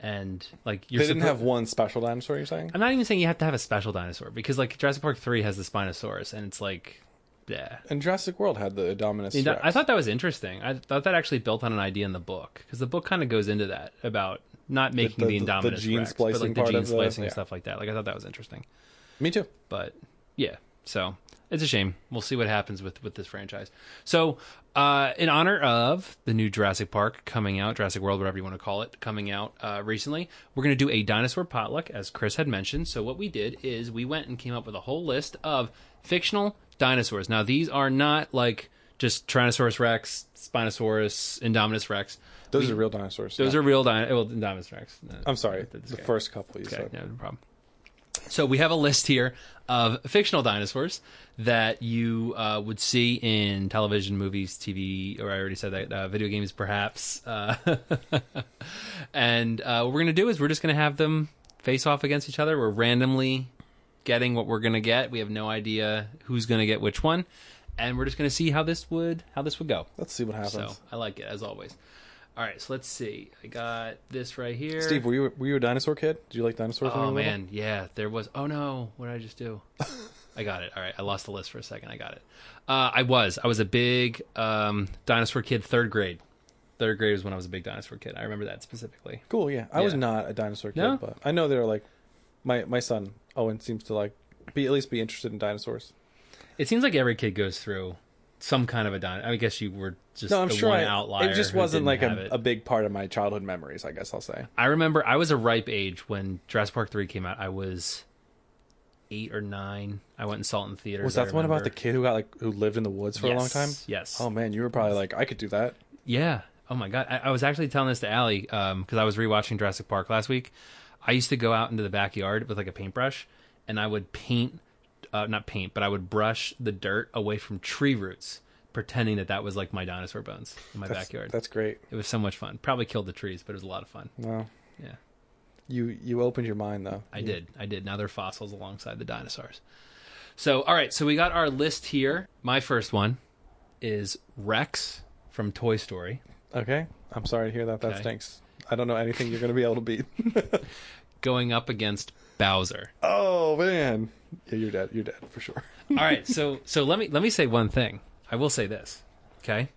Speaker 3: And like you're
Speaker 4: they didn't
Speaker 3: suppo-
Speaker 4: have one special dinosaur. You're saying?
Speaker 3: I'm not even saying you have to have a special dinosaur because like Jurassic Park 3 has the Spinosaurus and it's like Yeah.
Speaker 4: And Jurassic World had the Indominus
Speaker 3: You know,
Speaker 4: Rex.
Speaker 3: I thought that was interesting. I thought that actually built on an idea in the book because the book kind of goes into that about not making the,
Speaker 4: the- the
Speaker 3: Indominus
Speaker 4: gene
Speaker 3: Rex, but
Speaker 4: splicing
Speaker 3: like the
Speaker 4: part
Speaker 3: gene
Speaker 4: of the-
Speaker 3: splicing
Speaker 4: yeah.
Speaker 3: and stuff like that. Like I thought that was interesting.
Speaker 4: Me too.
Speaker 3: but yeah so it's a shame we'll see what happens with with this franchise so uh in honor of the new jurassic park coming out jurassic world whatever you want to call it coming out uh recently we're going to do a dinosaur potluck as chris had mentioned so what we did is we went and came up with a whole list of fictional dinosaurs now these are not like just tyrannosaurus rex spinosaurus indominus rex
Speaker 4: Those are real dinosaurs.
Speaker 3: those
Speaker 4: Yeah.
Speaker 3: are real dinosaurs well indominus rex
Speaker 4: I'm sorry.
Speaker 3: That's
Speaker 4: The
Speaker 3: okay.
Speaker 4: first couple you
Speaker 3: Okay,
Speaker 4: said.
Speaker 3: yeah, no problem. So we have a list here of fictional dinosaurs that you uh, would see in television, movies, TV, or I already said that, uh, video games, perhaps. Uh, and uh, what we're going to do is we're just going to have them face off against each other. We're randomly getting what we're going to get. We have no idea who's going to get which one, and we're just going to see how this would how this would go.
Speaker 4: Let's see what happens.
Speaker 3: So I like it as always. All right, so let's see. I got this right here.
Speaker 4: Steve, were you were you a dinosaur kid? Did you like dinosaurs? when you
Speaker 3: Oh
Speaker 4: were little?
Speaker 3: man, yeah, there was. Oh no, what did I just do? I got it. All right, I lost the list for a second. I got it. Uh, I was. I was a big um, dinosaur kid. Third grade. Third grade was when I was a big dinosaur kid. I remember that specifically.
Speaker 4: Cool. Yeah, I was
Speaker 3: Yeah.
Speaker 4: not a dinosaur kid,
Speaker 3: No?
Speaker 4: but I know they're like my my son Owen seems to like be at least be interested in dinosaurs.
Speaker 3: It seems like every kid goes through some kind of a dinosaur. I guess you were just
Speaker 4: No, I'm
Speaker 3: the
Speaker 4: sure
Speaker 3: one
Speaker 4: I,
Speaker 3: outlier.
Speaker 4: it just
Speaker 3: who
Speaker 4: wasn't
Speaker 3: didn't
Speaker 4: like
Speaker 3: have
Speaker 4: a,
Speaker 3: it.
Speaker 4: a big part of my childhood memories. I guess I'll say.
Speaker 3: I remember I was a ripe age when Jurassic Park three came out. I was eight or nine. I went and saw it in theaters.
Speaker 4: Was
Speaker 3: I
Speaker 4: that the one about the
Speaker 3: remember.
Speaker 4: kid who got like who lived in the woods for a long
Speaker 3: Yes,
Speaker 4: time?
Speaker 3: yes.
Speaker 4: Oh man, you were probably like, I could do that.
Speaker 3: Yeah. Oh my god. I, I was actually telling this to Allie because I was rewatching Jurassic Park last week. I used to go out into the backyard with like a paintbrush, and I would paint, uh, not paint, but I would brush the dirt away from tree roots, pretending that that was like my dinosaur bones in my backyard.
Speaker 4: That's great.
Speaker 3: It was so much fun. Probably killed the trees, but it was a lot of fun.
Speaker 4: Wow.
Speaker 3: Yeah.
Speaker 4: You you opened your mind though.
Speaker 3: I did. I did. Now they're fossils alongside the dinosaurs. So, all right. So we got our list here. My first one is Rex from Toy Story.
Speaker 4: Okay. I'm sorry to hear that. That
Speaker 3: Okay.
Speaker 4: stinks. I don't know anything you're gonna be able to beat.
Speaker 3: going up against Bowser.
Speaker 4: oh man. Yeah, you're dead. You're dead for sure.
Speaker 3: All right, so so let me let me say one thing. I will say this, okay?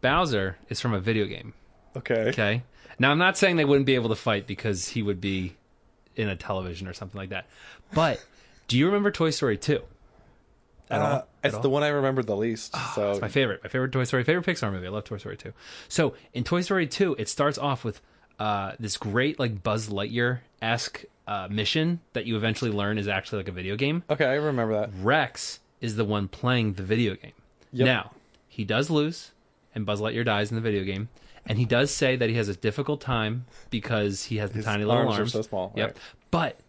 Speaker 3: Bowser is from a video game,
Speaker 4: Okay.
Speaker 3: okay? Now I'm not saying they wouldn't be able to fight because he would be in a television or something like that. But do you remember Toy Story 2? At
Speaker 4: Uh,
Speaker 3: all?
Speaker 4: it's
Speaker 3: all? Ah,
Speaker 4: the one I remember the least. so
Speaker 3: It's my favorite. My favorite Toy Story, favorite Pixar movie. I love Toy Story 2. So in Toy Story 2, it starts off with uh, this great like Buzz Lightyear esque uh, mission that you eventually learn is actually like a video game.
Speaker 4: Okay, I remember that.
Speaker 3: Rex is the one playing the video game. Now, he does lose, and Buzz Lightyear dies in the video game. And he does say that he has a difficult time because he has the
Speaker 4: His
Speaker 3: tiny little
Speaker 4: arms
Speaker 3: arms.
Speaker 4: are so small,
Speaker 3: Yep.
Speaker 4: right.
Speaker 3: But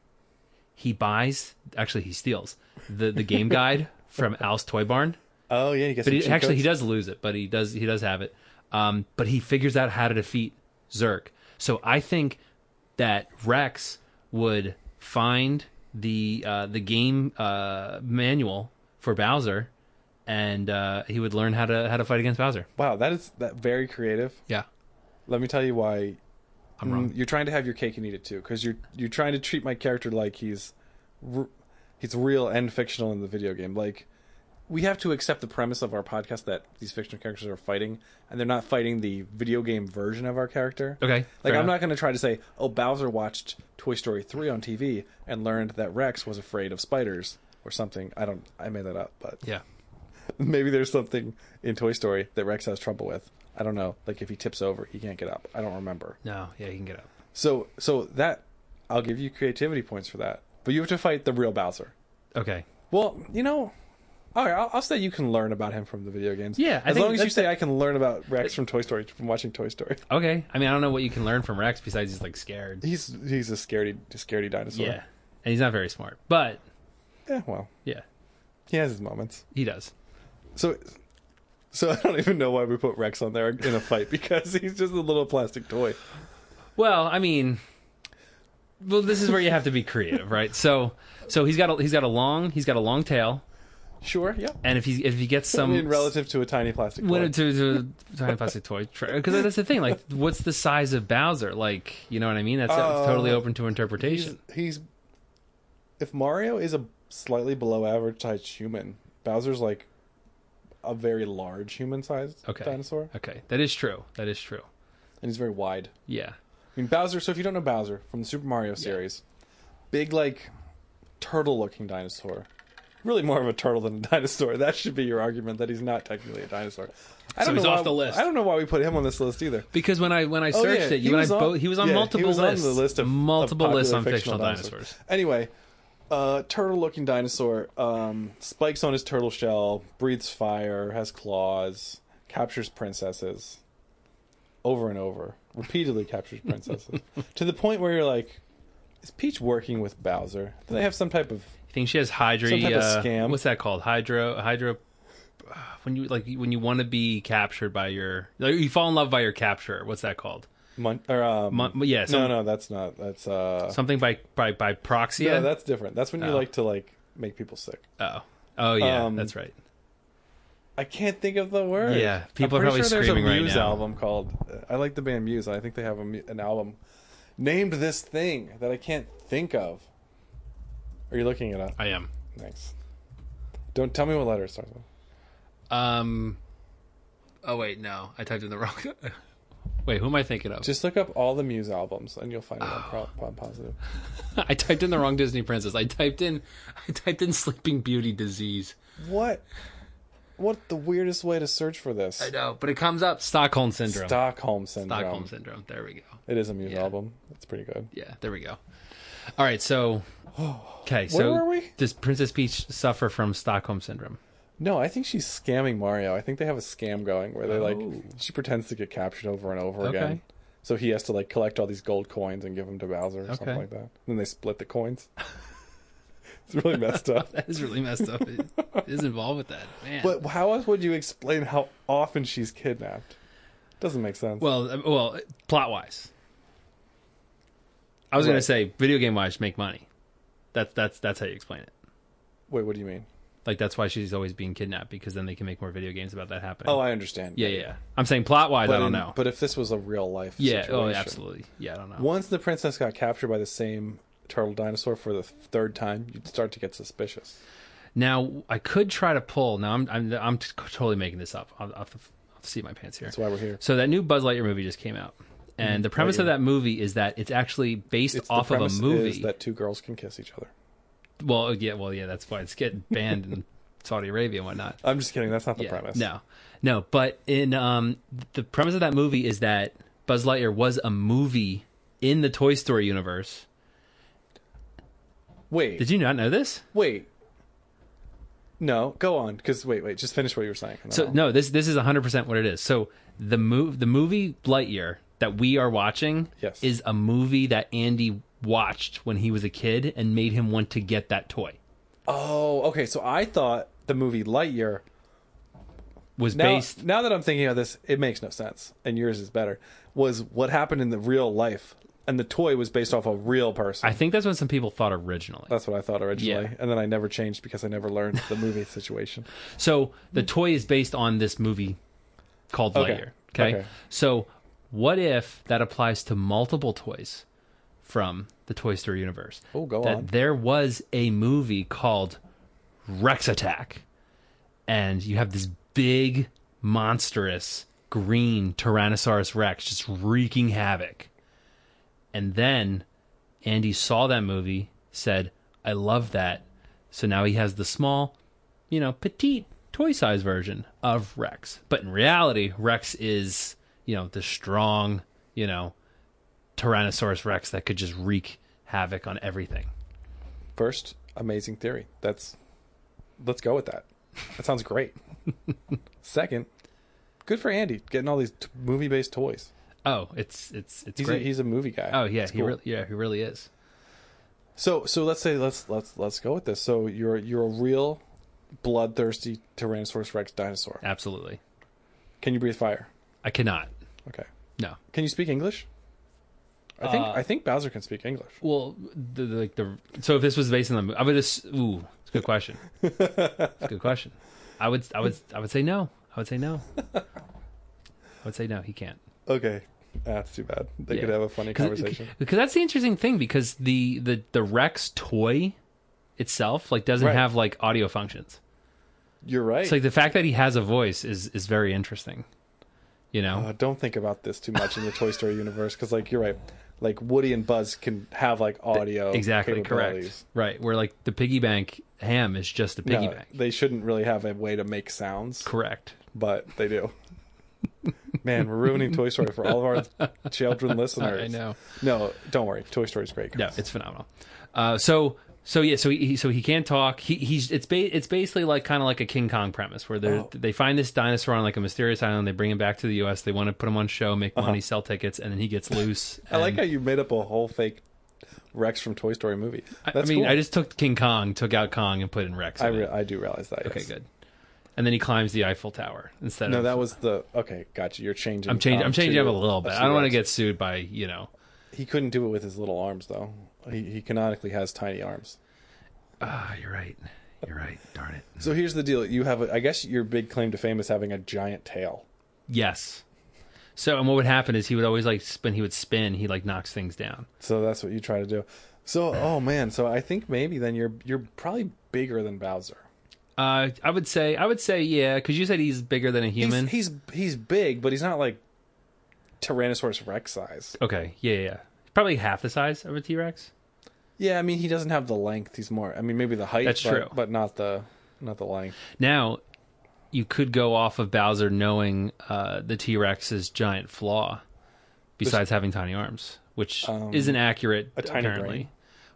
Speaker 3: he buys, actually, he steals the, the game guide from Al's Toy Barn.
Speaker 4: Oh yeah, you guess.
Speaker 3: But he, actually, he does lose it, but he does he does have it. Um, but he figures out how to defeat Zerk. So I think that Rex would find the uh, the game uh, manual for Bowser, and uh, he would learn how to how to fight against Bowser.
Speaker 4: Wow, that is that very creative.
Speaker 3: Yeah,
Speaker 4: Let me tell you why.
Speaker 3: I'm wrong.
Speaker 4: Mm, You're trying to have your cake and eat it too, because you're you're trying to treat my character like he's r- he's real and fictional in the video game. Like we have to accept the premise of our podcast that these fictional characters are fighting, and they're not fighting the video game version of our character.
Speaker 3: Okay,
Speaker 4: Like
Speaker 3: fair
Speaker 4: I'm
Speaker 3: enough.
Speaker 4: not going to try to say, "Oh, Bowser watched Toy Story 3 on TV and learned that Rex was afraid of spiders." Or something. I don't. I made that up, but
Speaker 3: Yeah,
Speaker 4: maybe there's something in Toy Story that Rex has trouble with. I don't know. Like if he tips over, he can't get up. I don't remember.
Speaker 3: no, yeah, he can get up.
Speaker 4: So so that I'll give you creativity points for that. But you have to fight the real Bowser.
Speaker 3: Okay,
Speaker 4: Well, you know, all right. I'll, I'll say you can learn about him from the video games.
Speaker 3: Yeah, I
Speaker 4: as
Speaker 3: think
Speaker 4: long as you
Speaker 3: that's-
Speaker 4: say I can learn about Rex from Toy Story from watching Toy Story.
Speaker 3: okay. I mean, I don't know what you can learn from Rex besides he's like scared.
Speaker 4: He's he's a scaredy a scaredy dinosaur.
Speaker 3: Yeah, and he's not very smart, but
Speaker 4: Yeah. Well,
Speaker 3: yeah,
Speaker 4: he has his moments.
Speaker 3: he does.
Speaker 4: So. So I don't even know why we put Rex on there in a fight because he's just a little plastic toy.
Speaker 3: Well, I mean, well, this is where you have to be creative, right? So, so he's got a, he's got a long he's got a long tail,
Speaker 4: Sure, yeah.
Speaker 3: and if he if he gets some
Speaker 4: I mean, relative to a tiny plastic toy.
Speaker 3: what a- to to a tiny plastic toy because that's the thing. Like, what's the size of Bowser? Like, you know what I mean? That's that's totally open to
Speaker 4: Uh, he's,
Speaker 3: interpretation.
Speaker 4: he's if Mario is a slightly below average sized human, Bowser's like a very large human-sized
Speaker 3: Okay.
Speaker 4: dinosaur, and
Speaker 3: Okay, that is true. That is true.
Speaker 4: he's very wide.
Speaker 3: Yeah.
Speaker 4: I mean Bowser. So if you don't know Bowser from the Super Mario series, big like turtle-looking dinosaur, really more of a turtle than a dinosaur. That should be your argument that he's not technically a dinosaur. I
Speaker 3: So
Speaker 4: don't
Speaker 3: he's
Speaker 4: know
Speaker 3: off
Speaker 4: why-
Speaker 3: the list.
Speaker 4: I don't know why we put him on this list either.
Speaker 3: Because when I when I
Speaker 4: Oh,
Speaker 3: searched
Speaker 4: yeah,
Speaker 3: it, you and I
Speaker 4: was on-
Speaker 3: both he was on
Speaker 4: yeah,
Speaker 3: multiple
Speaker 4: he was
Speaker 3: lists.
Speaker 4: On the list of
Speaker 3: multiple
Speaker 4: of popular
Speaker 3: lists on fictional, dinosaurs.
Speaker 4: Anyway, uh, turtle-looking dinosaur um, spikes on his turtle shell, breathes fire, has claws, captures princesses over and over, repeatedly captures princesses to the point where you're like, is Peach working with Bowser? Do they have some type of
Speaker 3: I think she has hydra.
Speaker 4: Some type of
Speaker 3: uh,
Speaker 4: scam.
Speaker 3: What's that called? Hydro hydro. uh, When you like when you want to be captured by your like, you fall in love by your capturer. What's that called?
Speaker 4: mun- or um,
Speaker 3: Mon- yeah,
Speaker 4: no,
Speaker 3: some-
Speaker 4: no, that's not that's uh,
Speaker 3: Something by by by proxy.
Speaker 4: no, that's different. That's when you
Speaker 3: Oh.
Speaker 4: like to like make people sick.
Speaker 3: oh oh yeah,
Speaker 4: um,
Speaker 3: that's right.
Speaker 4: I can't think of the word.
Speaker 3: Yeah, people
Speaker 4: I'm
Speaker 3: are
Speaker 4: pretty
Speaker 3: probably
Speaker 4: sure
Speaker 3: screaming
Speaker 4: there's
Speaker 3: right
Speaker 4: a Muse
Speaker 3: now.
Speaker 4: album called. uh, I like the band Muse. and I think they have a, mu- an album named this thing that I can't think of. Are you looking it up?
Speaker 3: I am.
Speaker 4: Thanks. Don't tell me what letter it starts with.
Speaker 3: Um. Oh wait, no, I typed in the wrong. wait, who am I thinking of?
Speaker 4: Just look up all the Muse albums, and you'll find it
Speaker 3: Oh.
Speaker 4: on pro- Pro- positive.
Speaker 3: I typed in the wrong Disney princess. I typed in I typed in Sleeping Beauty disease.
Speaker 4: What? What the weirdest way to search for this?
Speaker 3: I know, but it comes up Stockholm syndrome.
Speaker 4: Stockholm syndrome.
Speaker 3: Stockholm syndrome. There we go.
Speaker 4: It is a Muse
Speaker 3: Yeah.
Speaker 4: album. It's pretty good.
Speaker 3: Yeah, there we go. All right, so okay, so
Speaker 4: were we?
Speaker 3: does Princess Peach suffer from Stockholm syndrome?
Speaker 4: No, I think she's scamming Mario. I think they have a scam going where they like
Speaker 3: Oh.
Speaker 4: she pretends to get captured over and over
Speaker 3: Okay.
Speaker 4: again. So he has to like collect all these gold coins and give them to Bowser or something
Speaker 3: Okay.
Speaker 4: like that. And then they split the coins. it's really messed up.
Speaker 3: That is really messed up. It is involved with that, man.
Speaker 4: But how else would you explain how often she's kidnapped? Doesn't make sense.
Speaker 3: well, uh, well, plot wise, I was gonna
Speaker 4: Right.
Speaker 3: say video game wise, make money. That's that's that's how you explain it.
Speaker 4: Wait, what do you mean?
Speaker 3: Like that's why she's always being kidnapped because then they can make more video games about that happening.
Speaker 4: Oh, I understand.
Speaker 3: yeah, yeah. yeah. I'm saying plot wise, I
Speaker 4: But
Speaker 3: don't
Speaker 4: in-
Speaker 3: know.
Speaker 4: But if this was a real life,
Speaker 3: yeah,
Speaker 4: situation,
Speaker 3: oh, absolutely. Yeah, I don't know.
Speaker 4: Once the princess got captured by the same turtle dinosaur for the third time, you'd start to get suspicious.
Speaker 3: Now I could try to pull. Now I'm I'm, I'm t- totally making this up. I'll, I'll, have to, I'll have to see my pants here.
Speaker 4: That's why we're here.
Speaker 3: So that new Buzz Lightyear movie just came out, and the premise of that movie is that it's actually based
Speaker 4: Mm-hmm. Oh, It's
Speaker 3: off
Speaker 4: the
Speaker 3: of a
Speaker 4: premise is
Speaker 3: movie.
Speaker 4: that two girls can kiss each other.
Speaker 3: Well, uh, yeah, well, yeah. That's why it's getting banned in Saudi Arabia and whatnot.
Speaker 4: I'm just kidding. That's not the
Speaker 3: Yeah,
Speaker 4: premise.
Speaker 3: No, no. But in um, the premise of that movie is that Buzz Lightyear was a movie in the Toy Story universe.
Speaker 4: Wait.
Speaker 3: Did you not know this?
Speaker 4: wait? No, go on. Because wait, wait. Just finish what you were saying.
Speaker 3: So no, this this is 100% what it is. So the move the movie Lightyear that we are watching
Speaker 4: Yes.
Speaker 3: is a movie that Andy watched when he was a kid and made him want to get that toy.
Speaker 4: Oh, okay. So I thought the movie Lightyear.
Speaker 3: Was
Speaker 4: Now,
Speaker 3: based
Speaker 4: now that I'm thinking of this, it makes no sense. And yours is better. Was what happened in the real life, and the toy was based off a real person.
Speaker 3: I think that's what some people thought originally.
Speaker 4: That's what I thought originally,
Speaker 3: Yeah.
Speaker 4: and then I never changed because I never learned the movie situation.
Speaker 3: So the toy is based on this movie called
Speaker 4: Okay.
Speaker 3: Lightyear. Okay?
Speaker 4: Okay.
Speaker 3: So what if that applies to multiple toys from the Toy Story universe?
Speaker 4: Oh, go
Speaker 3: that
Speaker 4: on.
Speaker 3: There was a movie called Rex Attack, and you have this big, monstrous green Tyrannosaurus Rex just wreaking havoc. And then Andy saw that movie, said, I love that. So now he has the small, you know, petite toy size version of Rex. But in reality, Rex is, you know, the strong, you know, Tyrannosaurus Rex that could just wreak havoc on everything.
Speaker 4: First, amazing theory. That's let's go with that. That sounds great. Second, good for Andy getting all these t- movie-based toys.
Speaker 3: Oh, it's it's it's
Speaker 4: He's a,
Speaker 3: great.
Speaker 4: he's a movie guy.
Speaker 3: oh yeah,
Speaker 4: It's
Speaker 3: he
Speaker 4: cool.
Speaker 3: really yeah he really is.
Speaker 4: So so let's say let's let's let's go with this. So you're you're a real bloodthirsty Tyrannosaurus Rex dinosaur.
Speaker 3: Absolutely,
Speaker 4: Can you breathe fire?
Speaker 3: I cannot.
Speaker 4: Okay.
Speaker 3: No.
Speaker 4: Can you speak English? I think I think Bowser can speak English.
Speaker 3: Well, the, the like the so if this was based on the mo- I would just ooh, it's a good question. It's a good question. I would I would I would say no. I would say no. I would say no. He can't.
Speaker 4: Okay. That's too bad. They could
Speaker 3: Yeah.
Speaker 4: have a funny conversation.
Speaker 3: because that's the interesting thing because the the the Rex toy itself like doesn't
Speaker 4: Right.
Speaker 3: have like audio functions.
Speaker 4: You're right.
Speaker 3: It's like the fact that he has a voice is is very interesting. You know,
Speaker 4: Uh, don't think about this too much in the Toy Story universe because, like, you're right. Like Woody and Buzz can have like audio
Speaker 3: exactly correct.
Speaker 4: capabilities.
Speaker 3: Right, where like the piggy bank ham is just a piggy
Speaker 4: No,
Speaker 3: bank.
Speaker 4: they shouldn't really have a way to make sounds,
Speaker 3: Correct.
Speaker 4: but they do. Man, we're ruining Toy Story for all of our children listeners.
Speaker 3: I know.
Speaker 4: No, don't worry. Toy Story's great.
Speaker 3: Yeah,
Speaker 4: guys.
Speaker 3: it's phenomenal. Uh, so so yeah, so he so he can talk. He he's it's ba- it's basically like kind of like a King Kong premise where they
Speaker 4: Oh.
Speaker 3: they find this dinosaur on like a mysterious island. They bring him back to the U.S. They want to put him on show, make money, sell tickets, and then he gets loose.
Speaker 4: Uh-huh. I like
Speaker 3: and-
Speaker 4: how you made up a whole fake Rex from Toy Story movie. That's
Speaker 3: I mean,
Speaker 4: cool.
Speaker 3: I just took King Kong, took out Kong, and put in Rex.
Speaker 4: I,
Speaker 3: in
Speaker 4: re-
Speaker 3: it.
Speaker 4: I do realize that.
Speaker 3: okay,
Speaker 4: yes.
Speaker 3: good. And then he climbs the Eiffel Tower instead
Speaker 4: No,
Speaker 3: of
Speaker 4: that was the okay. Gotcha. You're changing.
Speaker 3: I'm changing. I'm
Speaker 4: um,
Speaker 3: changing
Speaker 4: to-
Speaker 3: up a little bit.
Speaker 4: to
Speaker 3: I don't want to get
Speaker 4: Rex.
Speaker 3: sued by you know.
Speaker 4: He couldn't do it with his little arms though. He, he canonically has tiny arms.
Speaker 3: Ah, you're right. You're right. Darn it.
Speaker 4: So here's the deal. You have, a, I guess, your big claim to fame is having a giant tail.
Speaker 3: Yes. So, and what would happen is he would always like spin. He would spin. He like knocks things down.
Speaker 4: So that's what you try to do. So oh man. So I think maybe then you're you're probably bigger than Bowser.
Speaker 3: Uh, I would say, I would say, yeah, because you said he's bigger than a
Speaker 4: He's,
Speaker 3: human.
Speaker 4: he's he's big, but he's not like Tyrannosaurus Rex size.
Speaker 3: okay, yeah, yeah, yeah, probably half the size of a T Rex.
Speaker 4: Yeah, I mean he doesn't have the length. He's more. I mean maybe the height.
Speaker 3: That's
Speaker 4: but,
Speaker 3: true.
Speaker 4: but not the not the length.
Speaker 3: Now, you could go off of Bowser knowing uh, the T Rex's giant flaw, besides having tiny arms, which isn't accurate
Speaker 4: a tiny
Speaker 3: apparently.
Speaker 4: brain.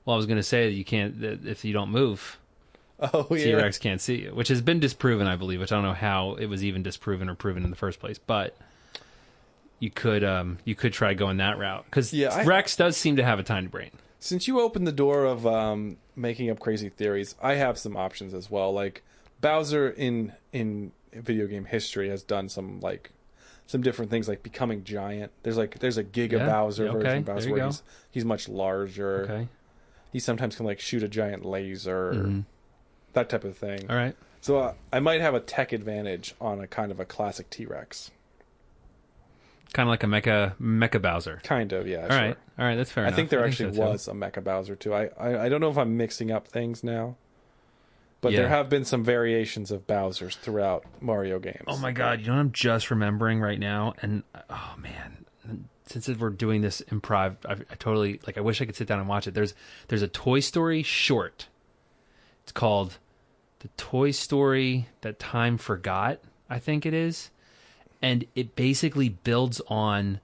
Speaker 3: Well, I was going to say that you can't that if you don't move,
Speaker 4: Oh yeah.
Speaker 3: T Rex can't see you, which has been disproven, I believe. Which I don't know how it was even disproven or proven in the first place, but you could um you could try going that route because
Speaker 4: Yeah, I-
Speaker 3: Rex does seem to have a tiny brain.
Speaker 4: Since you opened the door of um, making up crazy theories, I have some options as well. Like Bowser in in video game history has done some like some different things, like becoming giant. There's like there's a Giga
Speaker 3: Yeah,
Speaker 4: Bowser
Speaker 3: yeah, okay,
Speaker 4: version of
Speaker 3: there
Speaker 4: Bowser
Speaker 3: you
Speaker 4: where
Speaker 3: go.
Speaker 4: he's, he's much larger.
Speaker 3: Okay,
Speaker 4: He sometimes can like shoot a giant laser, that type of thing.
Speaker 3: all right.
Speaker 4: So uh, I might have a tech advantage on a kind of a classic T Rex,
Speaker 3: Kind of like a mecha mecha Bowser.
Speaker 4: kind of yeah.
Speaker 3: All right, all right, that's fair.
Speaker 4: I
Speaker 3: enough.
Speaker 4: think there actually
Speaker 3: so, too.
Speaker 4: was a Mecha Bowser too. I, I I don't know if I'm mixing up things now, but
Speaker 3: Yeah.
Speaker 4: there have been some variations of Bowser's throughout Mario games.
Speaker 3: Oh my god, you know what I'm just remembering right now, and oh man, since we're doing this improv, I, I totally like. I wish I could sit down and watch it. There's there's a Toy Story short. It's called the Toy Story that time forgot. I think it is, and it basically builds on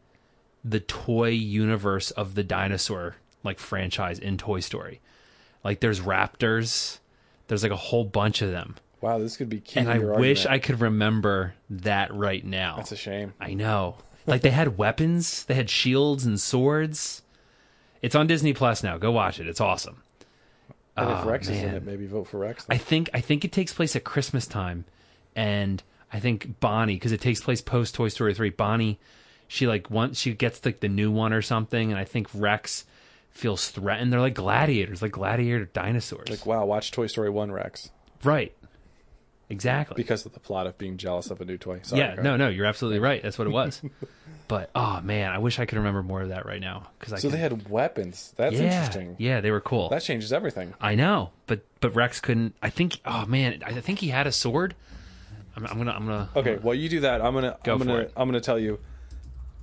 Speaker 3: the toy universe of the dinosaur like franchise in Toy Story. Like there's raptors. There's like a whole bunch of them
Speaker 4: Wow, this could be key.
Speaker 3: and
Speaker 4: to
Speaker 3: I
Speaker 4: your
Speaker 3: wish I
Speaker 4: argument.
Speaker 3: could remember that right now.
Speaker 4: That's a shame.
Speaker 3: I know. Like they had weapons, they had shields and swords. It's on Disney Plus now. Go watch it. It's awesome.
Speaker 4: And if Rex is in
Speaker 3: Ah, man.
Speaker 4: it, maybe vote for Rex.
Speaker 3: I
Speaker 4: then.
Speaker 3: think I think it takes place at Christmas time, and I think Bonnie because it takes place post Toy Story three. Bonnie, she like once she gets like the new one or something, and I think Rex feels threatened. They're like gladiators, like gladiator dinosaurs.
Speaker 4: Like, wow, watch Toy Story One Rex
Speaker 3: right. Exactly.
Speaker 4: because of the plot of being jealous of a new toy. Sorry,
Speaker 3: yeah,
Speaker 4: go
Speaker 3: no,
Speaker 4: ahead.
Speaker 3: no, you're absolutely right. That's what it was. but oh man, I wish I could remember more of that right now because I.
Speaker 4: So
Speaker 3: could-
Speaker 4: they had weapons. That's
Speaker 3: yeah,
Speaker 4: interesting.
Speaker 3: Yeah, they were cool.
Speaker 4: That changes everything.
Speaker 3: I know, but but Rex couldn't. I think. Oh man, I think he had a sword. I'm, I'm gonna. I'm gonna.
Speaker 4: Okay, while you do that, I'm gonna
Speaker 3: Go
Speaker 4: I'm
Speaker 3: for
Speaker 4: gonna
Speaker 3: it.
Speaker 4: I'm gonna tell you.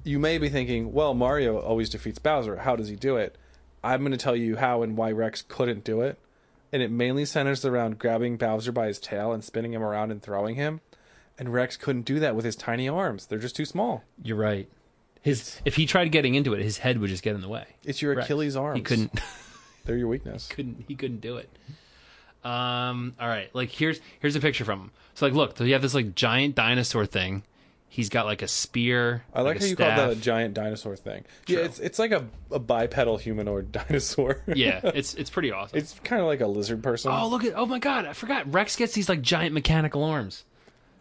Speaker 4: You may be thinking, well, Mario always defeats Bowser. How does he do it? I'm gonna tell you how and why Rex couldn't do it, and it mainly centers around grabbing Bowser by his tail and spinning him around and throwing him. And Rex couldn't do that with his tiny arms; they're just too small.
Speaker 3: You're right. His if he tried getting into it, his head would just get in the way.
Speaker 4: It's your
Speaker 3: Rex.
Speaker 4: Achilles arms.
Speaker 3: He couldn't.
Speaker 4: They're your weakness.
Speaker 3: couldn't. He couldn't do it. Um. All right. Like here's here's a picture from him. So like, look. So you have this like giant dinosaur thing. He's got like a spear.
Speaker 4: I like
Speaker 3: a
Speaker 4: how you called that a
Speaker 3: staff.
Speaker 4: giant dinosaur thing.
Speaker 3: True.
Speaker 4: Yeah, it's it's like a, a bipedal humanoid dinosaur.
Speaker 3: yeah, it's it's pretty awesome.
Speaker 4: it's kind of like a lizard person.
Speaker 3: Oh look at oh my god, I forgot. Rex gets these like giant mechanical arms.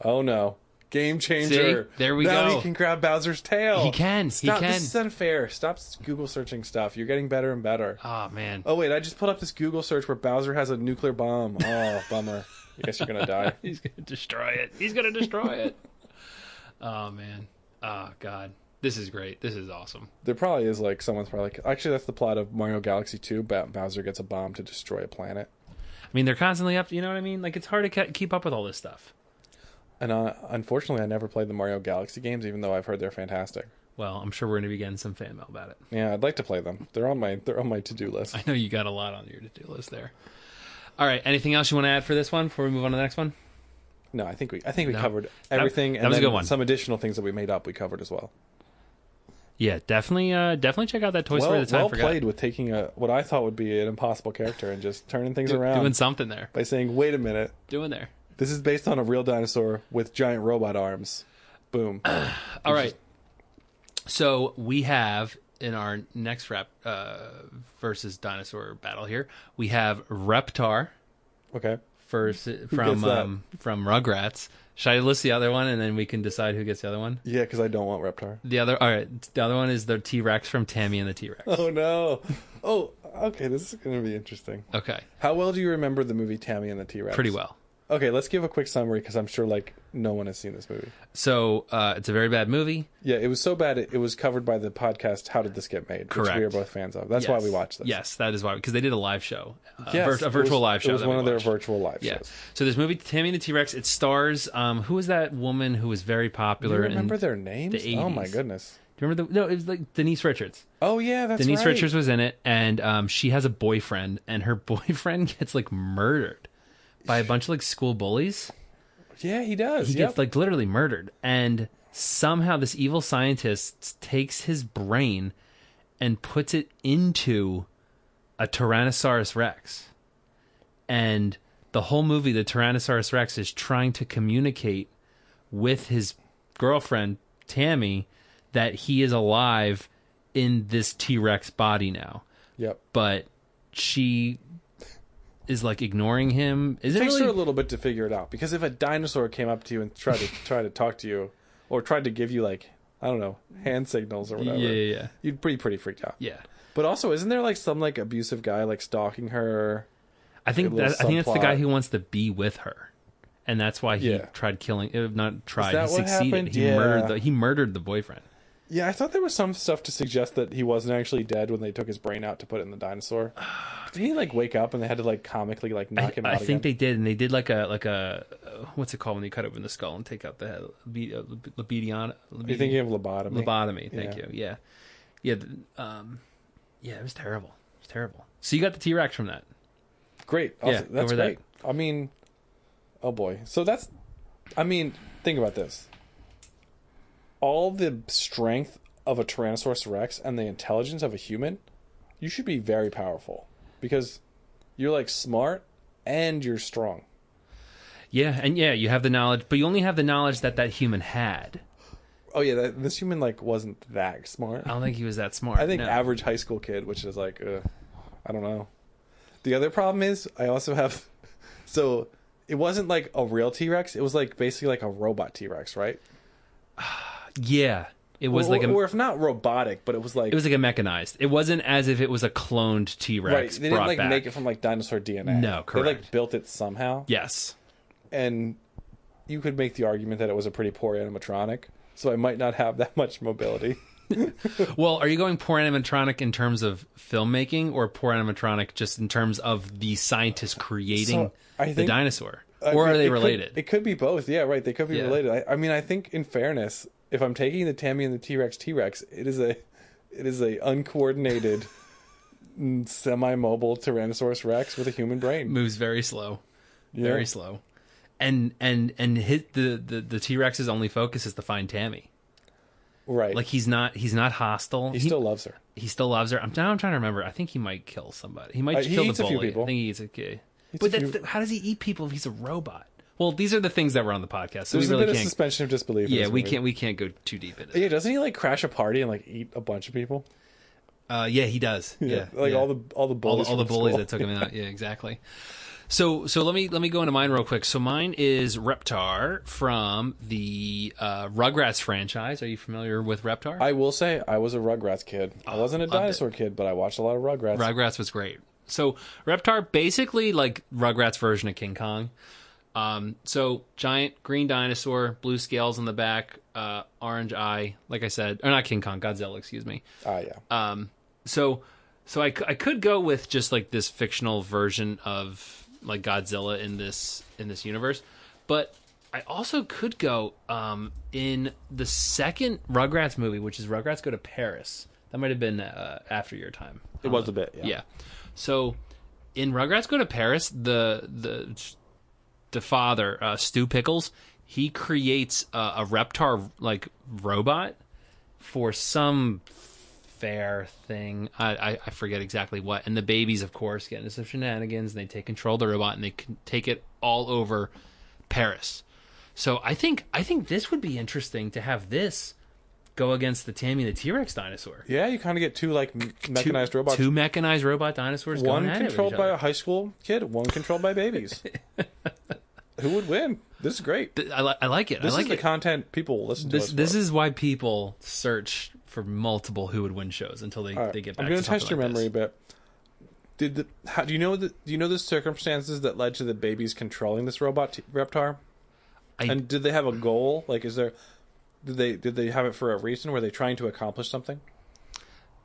Speaker 4: Oh no. Game changer.
Speaker 3: See? There we
Speaker 4: now
Speaker 3: go.
Speaker 4: he can grab Bowser's tail.
Speaker 3: He can. He
Speaker 4: Oh, Stop.
Speaker 3: can.
Speaker 4: This is unfair. Stop s- Google searching stuff. You're getting better and better.
Speaker 3: Oh man.
Speaker 4: Oh, wait. I just put up this Google search where Bowser has a nuclear bomb. Oh, bummer. I guess you're going to die.
Speaker 3: He's gonna destroy it. He's gonna destroy it. Oh man. Oh god. This is great. This is awesome.
Speaker 4: There probably is like someone's probably like, actually, that's the plot of Mario Galaxy 2. Ba- Bowser gets a bomb to destroy a planet.
Speaker 3: I mean, they're constantly up. You know what I mean? Like it's hard to ke- keep up with all this stuff.
Speaker 4: And uh, unfortunately, I never played the Mario Galaxy games, even though I've heard they're fantastic.
Speaker 3: Well, I'm sure we're going to be getting some fan mail about it.
Speaker 4: Yeah, I'd like to play them. They're on my they're on my to do list.
Speaker 3: I know you got a lot on your to do list there. All right. Anything else you want to add for this one before we move on to the next one?
Speaker 4: No, I think we I think we
Speaker 3: No.
Speaker 4: covered
Speaker 3: That-
Speaker 4: everything.
Speaker 3: that
Speaker 4: and
Speaker 3: was a
Speaker 4: then
Speaker 3: good one.
Speaker 4: Some additional things that we made up, we covered as well.
Speaker 3: Yeah, definitely. Uh, definitely check out that Toy Story.
Speaker 4: well
Speaker 3: The time
Speaker 4: well
Speaker 3: forgot.
Speaker 4: played with taking a what I thought would be an impossible character and just turning things around
Speaker 3: Doing something there.
Speaker 4: by saying, "Wait a minute,
Speaker 3: Doing there.
Speaker 4: this is based on a real dinosaur with giant robot arms." Boom.
Speaker 3: All right. So we have in our next rap uh, versus dinosaur battle here, we have Reptar
Speaker 4: Okay.
Speaker 3: first from
Speaker 4: that?
Speaker 3: um, from Rugrats. Should I list the other one and then we can decide who gets the other one?
Speaker 4: Yeah, because I don't want Reptar.
Speaker 3: The other, all right. The other one is the T Rex from Tammy and the T Rex.
Speaker 4: Oh no. Oh, okay. This is going to be interesting.
Speaker 3: Okay,
Speaker 4: How well do you remember the movie Tammy and the T Rex?
Speaker 3: pretty well.
Speaker 4: Okay, let's give a quick summary because I'm sure like no one has seen this movie.
Speaker 3: So uh, it's a very bad movie.
Speaker 4: Yeah, it was so bad it, it was covered by the podcast How Did This Get Made? Which
Speaker 3: Correct.
Speaker 4: we are both fans of. That's why
Speaker 3: Yes.
Speaker 4: we watched this.
Speaker 3: Yes, that is why because they did a live show, a,
Speaker 4: Yes,
Speaker 3: vir-
Speaker 4: it
Speaker 3: a
Speaker 4: was-
Speaker 3: virtual live show.
Speaker 4: It was
Speaker 3: that
Speaker 4: one
Speaker 3: we
Speaker 4: of their
Speaker 3: watched.
Speaker 4: virtual live
Speaker 3: Yeah.
Speaker 4: shows.
Speaker 3: So this movie, Tammy and the T Rex, it stars um, who was that woman who was very
Speaker 4: Do
Speaker 3: popular?
Speaker 4: you remember
Speaker 3: in,
Speaker 4: their names?
Speaker 3: the
Speaker 4: oh my
Speaker 3: 80s.
Speaker 4: goodness.
Speaker 3: Do you remember the? No, it was like Denise Richards.
Speaker 4: Oh yeah, that's
Speaker 3: Denise
Speaker 4: right.
Speaker 3: Richards was in it, and um, she has a boyfriend, and her boyfriend gets like murdered by a bunch of like school bullies.
Speaker 4: Yeah, he does.
Speaker 3: He
Speaker 4: yep.
Speaker 3: gets like literally murdered, and somehow this evil scientist takes his brain and puts it into a Tyrannosaurus Rex, and the whole movie, the Tyrannosaurus Rex is trying to communicate with his girlfriend Tammy that he is alive in this T Rex body now
Speaker 4: yep.
Speaker 3: but she is like ignoring him. Is it
Speaker 4: takes
Speaker 3: really?
Speaker 4: her a little bit to figure it out because if a dinosaur came up to you and tried to try to talk to you or tried to give you like I don't know hand signals or whatever,
Speaker 3: Yeah, yeah, yeah.
Speaker 4: you'd be pretty freaked out.
Speaker 3: yeah,
Speaker 4: But also, isn't there like some like abusive guy like stalking her?
Speaker 3: I think
Speaker 4: A little
Speaker 3: that, I think that's the guy
Speaker 4: subplot.
Speaker 3: who wants to be with her, and that's why he
Speaker 4: Yeah.
Speaker 3: tried killing. uh, Not tried.
Speaker 4: that
Speaker 3: he
Speaker 4: what
Speaker 3: succeeded.
Speaker 4: happened?
Speaker 3: He
Speaker 4: Yeah.
Speaker 3: murdered. The, he murdered the boyfriend.
Speaker 4: Yeah, I thought there was some stuff to suggest that he wasn't actually dead when they took his brain out to put it in the dinosaur. Did he like wake up and they had to like comically like knock him out?
Speaker 3: I think
Speaker 4: again?
Speaker 3: they did, and they did like a like a uh, what's it called when you cut open the skull and take out the head? Be, uh, Lebedion.
Speaker 4: You're thinking of lobotomy.
Speaker 3: lobotomy. Thank
Speaker 4: Yeah.
Speaker 3: you. Yeah, yeah, th- um, yeah. It was terrible. It was terrible. So you got the T Rex from that.
Speaker 4: Great.
Speaker 3: Yeah,
Speaker 4: Awesome. that's
Speaker 3: over that.
Speaker 4: great. I mean, oh boy. So that's, I mean, think about this. All the strength of a Tyrannosaurus Rex and the intelligence of a human, you should be very powerful because you're like smart and you're strong.
Speaker 3: Yeah, and yeah, you have the knowledge, but you only have the knowledge that that human had.
Speaker 4: Oh yeah, that, this human like wasn't that smart.
Speaker 3: I don't think he was that smart.
Speaker 4: I think
Speaker 3: no.
Speaker 4: average high school kid, which is like, uh, I don't know. The other problem is I also have, so it wasn't like a real T Rex. It was like basically like a robot T Rex, right?
Speaker 3: yeah, it was
Speaker 4: or,
Speaker 3: like a,
Speaker 4: or if not robotic, but it was like
Speaker 3: it was like a mechanized. It wasn't as if it was a cloned T Rex.
Speaker 4: right. They didn't like make it from like dinosaur DNA.
Speaker 3: No,
Speaker 4: They like
Speaker 3: correct.
Speaker 4: built it somehow,
Speaker 3: Yes,
Speaker 4: and you could make the argument that it was a pretty poor animatronic. So I might not have that much mobility.
Speaker 3: Well, are you going poor animatronic in terms of filmmaking, or poor animatronic just in terms of the scientist creating
Speaker 4: So, I
Speaker 3: the
Speaker 4: think-
Speaker 3: dinosaur,
Speaker 4: I
Speaker 3: or are
Speaker 4: mean, Uh, it
Speaker 3: they
Speaker 4: could-
Speaker 3: related?
Speaker 4: it could be both. Yeah, right. They could be
Speaker 3: Yeah.
Speaker 4: related. I, I mean, I think in fairness, if I'm taking the Tammy and the T Rex, T Rex, it is a, it is a uncoordinated, semi-mobile Tyrannosaurus Rex with a human brain.
Speaker 3: moves very slow,
Speaker 4: Yeah.
Speaker 3: very slow, and and and hit the the the T Rex's only focus is to find Tammy.
Speaker 4: Right.
Speaker 3: Like he's not he's not hostile.
Speaker 4: he, still loves her.
Speaker 3: he still loves her. I'm now I'm trying to remember. I think he might kill somebody. He might
Speaker 4: Uh, he
Speaker 3: kill
Speaker 4: eats
Speaker 3: the
Speaker 4: a
Speaker 3: bully.
Speaker 4: few people.
Speaker 3: I think he eats a kid.
Speaker 4: Eats a
Speaker 3: But that's
Speaker 4: few-
Speaker 3: the, how does he eat people if he's a robot? Well, these are the things that were on the podcast, so
Speaker 4: There's
Speaker 3: we
Speaker 4: a
Speaker 3: really
Speaker 4: bit
Speaker 3: can't.
Speaker 4: of suspension of disbelief. in
Speaker 3: yeah,
Speaker 4: this
Speaker 3: we
Speaker 4: movie.
Speaker 3: can't. We can't go too deep into.
Speaker 4: Yeah,
Speaker 3: It.
Speaker 4: doesn't he like crash a party and like eat a bunch of people?
Speaker 3: Uh, yeah, he does. Yeah,
Speaker 4: like
Speaker 3: yeah.
Speaker 4: all the all
Speaker 3: all,
Speaker 4: the bullies
Speaker 3: the- all the
Speaker 4: from
Speaker 3: bullies
Speaker 4: school.
Speaker 3: that took him out. Yeah, exactly. So so let me let me go into mine real quick. So mine is Reptar from the uh, Rugrats franchise. Are you familiar with Reptar?
Speaker 4: I will say I was a Rugrats kid. I wasn't a
Speaker 3: Oh, loved it.
Speaker 4: dinosaur kid, but I watched a lot of Rugrats.
Speaker 3: Rugrats was great. So Reptar basically like Rugrats version of King Kong. Um, so giant green dinosaur, blue scales on the back, uh, orange eye. Like I said, or not King Kong, Godzilla. Excuse me.
Speaker 4: ah, yeah.
Speaker 3: So so I, c- I could go with just like this fictional version of like Godzilla in this in this universe. But I also could go um, in the second Rugrats movie, which is Rugrats Go to Paris. That might have been uh, after your time.
Speaker 4: It was a bit, yeah.
Speaker 3: Yeah. So in Rugrats Go to Paris, the the the father, uh, Stu Pickles, he creates a, a Reptar like robot for some fair thing. I, I I forget exactly what. And the babies, of course, get into some shenanigans, and they take control of the robot, and they can take it all over Paris. So I think I think this would be interesting to have this go against the Tammy the T Rex dinosaur.
Speaker 4: Yeah, you kind of get two like m-
Speaker 3: Two-
Speaker 4: mechanized robots.
Speaker 3: Two mechanized robot dinosaurs.
Speaker 4: one
Speaker 3: going at it with each
Speaker 4: controlled by
Speaker 3: other.
Speaker 4: a high school kid, one controlled by babies. Who would win? This is great.
Speaker 3: Th- I, li- I like it.
Speaker 4: This
Speaker 3: I like
Speaker 4: is the
Speaker 3: it.
Speaker 4: content people will listen
Speaker 3: this
Speaker 4: to. Us
Speaker 3: this
Speaker 4: for.
Speaker 3: is why people search for multiple who would win shows until they,
Speaker 4: All right,
Speaker 3: they get back.
Speaker 4: I'm going
Speaker 3: to
Speaker 4: to test your
Speaker 3: something like
Speaker 4: memory
Speaker 3: this.
Speaker 4: a bit. Did the how do you know the do you know the circumstances that led to the babies controlling this robot t- reptar?
Speaker 3: I-
Speaker 4: and did they have a goal? Like, is there did they did they have it for a reason? Were they trying to accomplish something?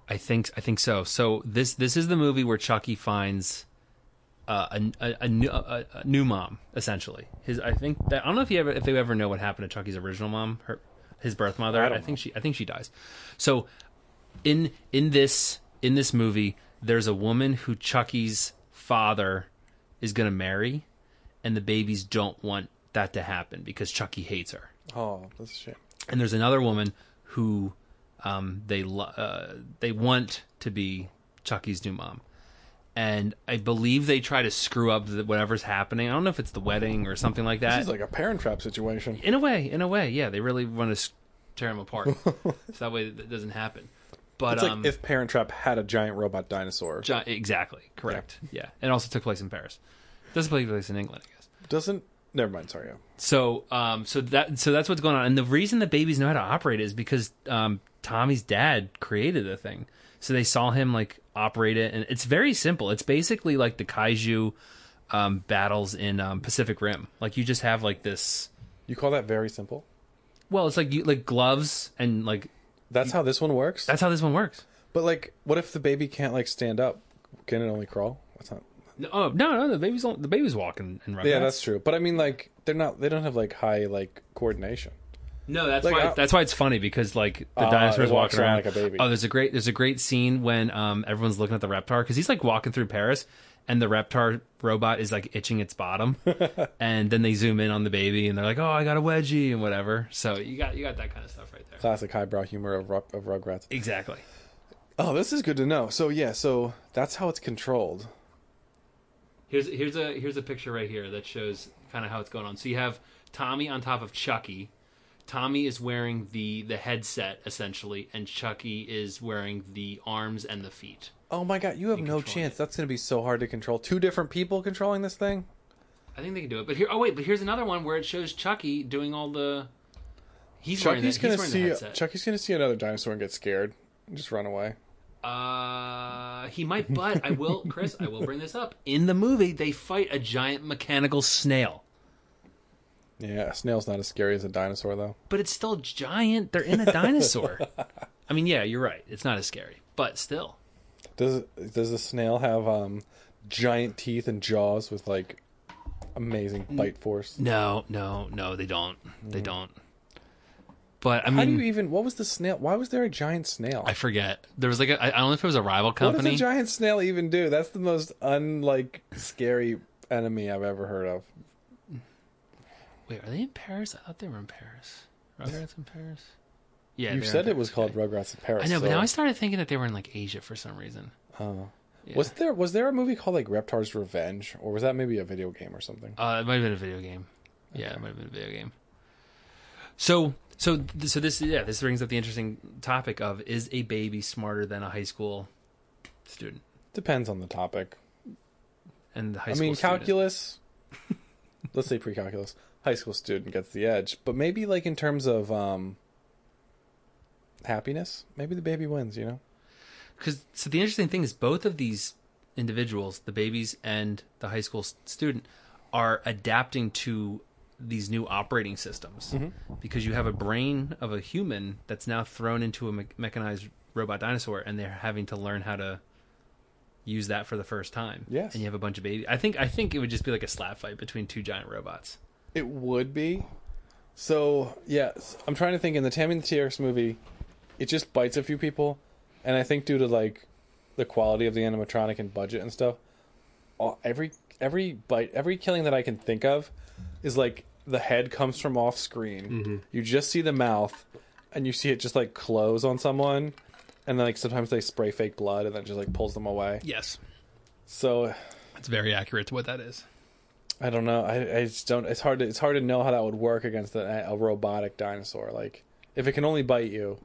Speaker 3: I think I think so. So this this is the movie where Chucky finds uh, a, a, a, new, a, a new mom essentially. His I think that I don't know if you ever if they ever know what happened to Chucky's original mom, her his birth mother. I,
Speaker 4: don't
Speaker 3: think she I think she dies. So in in this in this movie, there's a woman who Chucky's father is going to marry, and the babies don't want that to happen because Chucky hates her
Speaker 4: Oh, that's a shame.
Speaker 3: and there's another woman who um, they lo- uh, they want to be Chucky's new mom, and I believe they try to screw up the, whatever's happening. I don't know if it's the wedding or something like that.
Speaker 4: This is like a parent trap situation.
Speaker 3: in a way, in a way, yeah, they really want to tear him apart, so that way that doesn't happen. But
Speaker 4: It's
Speaker 3: um,
Speaker 4: like if Parent Trap had a giant robot dinosaur.
Speaker 3: Ju- exactly correct, yeah. It also took place in Paris. Doesn't take place in England, I guess.
Speaker 4: Doesn't never mind. Sorry.
Speaker 3: So, um, so that so that's what's going on, and the reason the babies know how to operate is because um, Tommy's dad created the thing. So they saw him like operate it, and it's very simple. It's basically like the kaiju um, battles in um, Pacific Rim. Like you just have like this.
Speaker 4: You call that very simple?
Speaker 3: Well, it's like you like gloves and like
Speaker 4: That's how this one works.
Speaker 3: that's how this one works.
Speaker 4: But like, what if the baby can't like stand up? Can it only crawl? That's not.
Speaker 3: No, oh no, no, the babies don't, the babies walk and, and run.
Speaker 4: Yeah, that's true. But I mean, like, they're not. They don't have like high like coordination.
Speaker 3: No, that's
Speaker 4: Like,
Speaker 3: why
Speaker 4: I-
Speaker 3: that's why it's funny because like the
Speaker 4: Ah,
Speaker 3: dinosaurs
Speaker 4: it walks
Speaker 3: walking around
Speaker 4: around like a baby.
Speaker 3: Oh, there's a great there's a great scene when um everyone's looking at the Reptar because he's like walking through Paris and the Reptar robot is like itching its bottom, and then they zoom in on the baby and they're like, oh, I got a wedgie and whatever. So you got you got that kind of stuff right there.
Speaker 4: Classic highbrow humor of, Rug- of Rugrats.
Speaker 3: Exactly.
Speaker 4: Oh, this is good to know. So yeah, so that's how it's controlled.
Speaker 3: Here's here's a here's a picture right here that shows kind of how it's going on. So you have Tommy on top of Chucky. Tommy is wearing the the headset essentially, and Chucky is wearing the arms and the feet.
Speaker 4: Oh my god, you have no
Speaker 3: control
Speaker 4: chance. That's gonna be so hard to control. Two different people controlling this thing.
Speaker 3: I think they can do it. But here, oh wait, but here's another one where it shows Chucky doing all the. He's wearing
Speaker 4: Chucky's
Speaker 3: that. He's
Speaker 4: gonna
Speaker 3: wearing the
Speaker 4: see. uh,
Speaker 3: headset.
Speaker 4: Chucky's gonna see another dinosaur and get scared. and Just run away.
Speaker 3: Uh, he might, but I will, Chris. I will bring this up. In the movie, they fight a giant mechanical snail,
Speaker 4: Yeah, a snail's not as scary as a dinosaur though.
Speaker 3: but it's still giant. They're in a dinosaur. I mean, yeah, you're right. It's not as scary, but still.
Speaker 4: Does does the snail have um giant teeth and jaws with like amazing bite force?
Speaker 3: No, no, no, they don't. They don't. But I
Speaker 4: Mm. How do
Speaker 3: mean,
Speaker 4: you even? What was the snail? Why was there a giant snail?
Speaker 3: I forget. There was like a, I I don't know if it was a rival
Speaker 4: what does
Speaker 3: company.
Speaker 4: a giant snail even do? That's the most unlike scary enemy I've ever heard of.
Speaker 3: Wait, are they in Paris? I thought they were in Paris. Rugrats in Paris? Yeah,
Speaker 4: You
Speaker 3: they're
Speaker 4: said
Speaker 3: in
Speaker 4: it was
Speaker 3: Paris.
Speaker 4: called Rugrats in Paris.
Speaker 3: I know, but
Speaker 4: so-
Speaker 3: now I started thinking that they were in like Asia for some reason.
Speaker 4: was there was there a movie called like Reptar's Revenge, or was that maybe a video game or something?
Speaker 3: Uh, it might have been a video game. Yeah, it might have been a video game. So, so, th- so this, yeah, this brings up the interesting topic of is a baby smarter than a high school student?
Speaker 4: Depends on the topic.
Speaker 3: And the high
Speaker 4: I
Speaker 3: school
Speaker 4: mean,
Speaker 3: student-
Speaker 4: calculus. let's say pre-calculus. High school student gets the edge, but maybe like in terms of um happiness, maybe the baby wins. You know,
Speaker 3: because so the interesting thing is both of these individuals, the babies and the high school s- student, are adapting to these new operating systems because you have a brain of a human that's now thrown into a me- mechanized robot dinosaur, and they're having to learn how to use that for the first time.
Speaker 4: Yes.
Speaker 3: And you have a bunch of babies. I think I think it would just be like a slap fight between two giant robots.
Speaker 4: It would be. So yes, I'm trying to think. In the Tammy and the T-Rex movie, it just bites a few people, and I think due to like the quality of the animatronic and budget and stuff, all, every every bite, every killing that I can think of, is like the head comes from off screen. You just see the mouth, and you see it just like close on someone, and then like sometimes they spray fake blood, and then it just like pulls them away.
Speaker 3: Yes.
Speaker 4: So
Speaker 3: That's very accurate to what that is.
Speaker 4: I don't know. I, I just don't. It's hard to it's hard to know how that would work against a, a robotic dinosaur. Like if it can only bite you,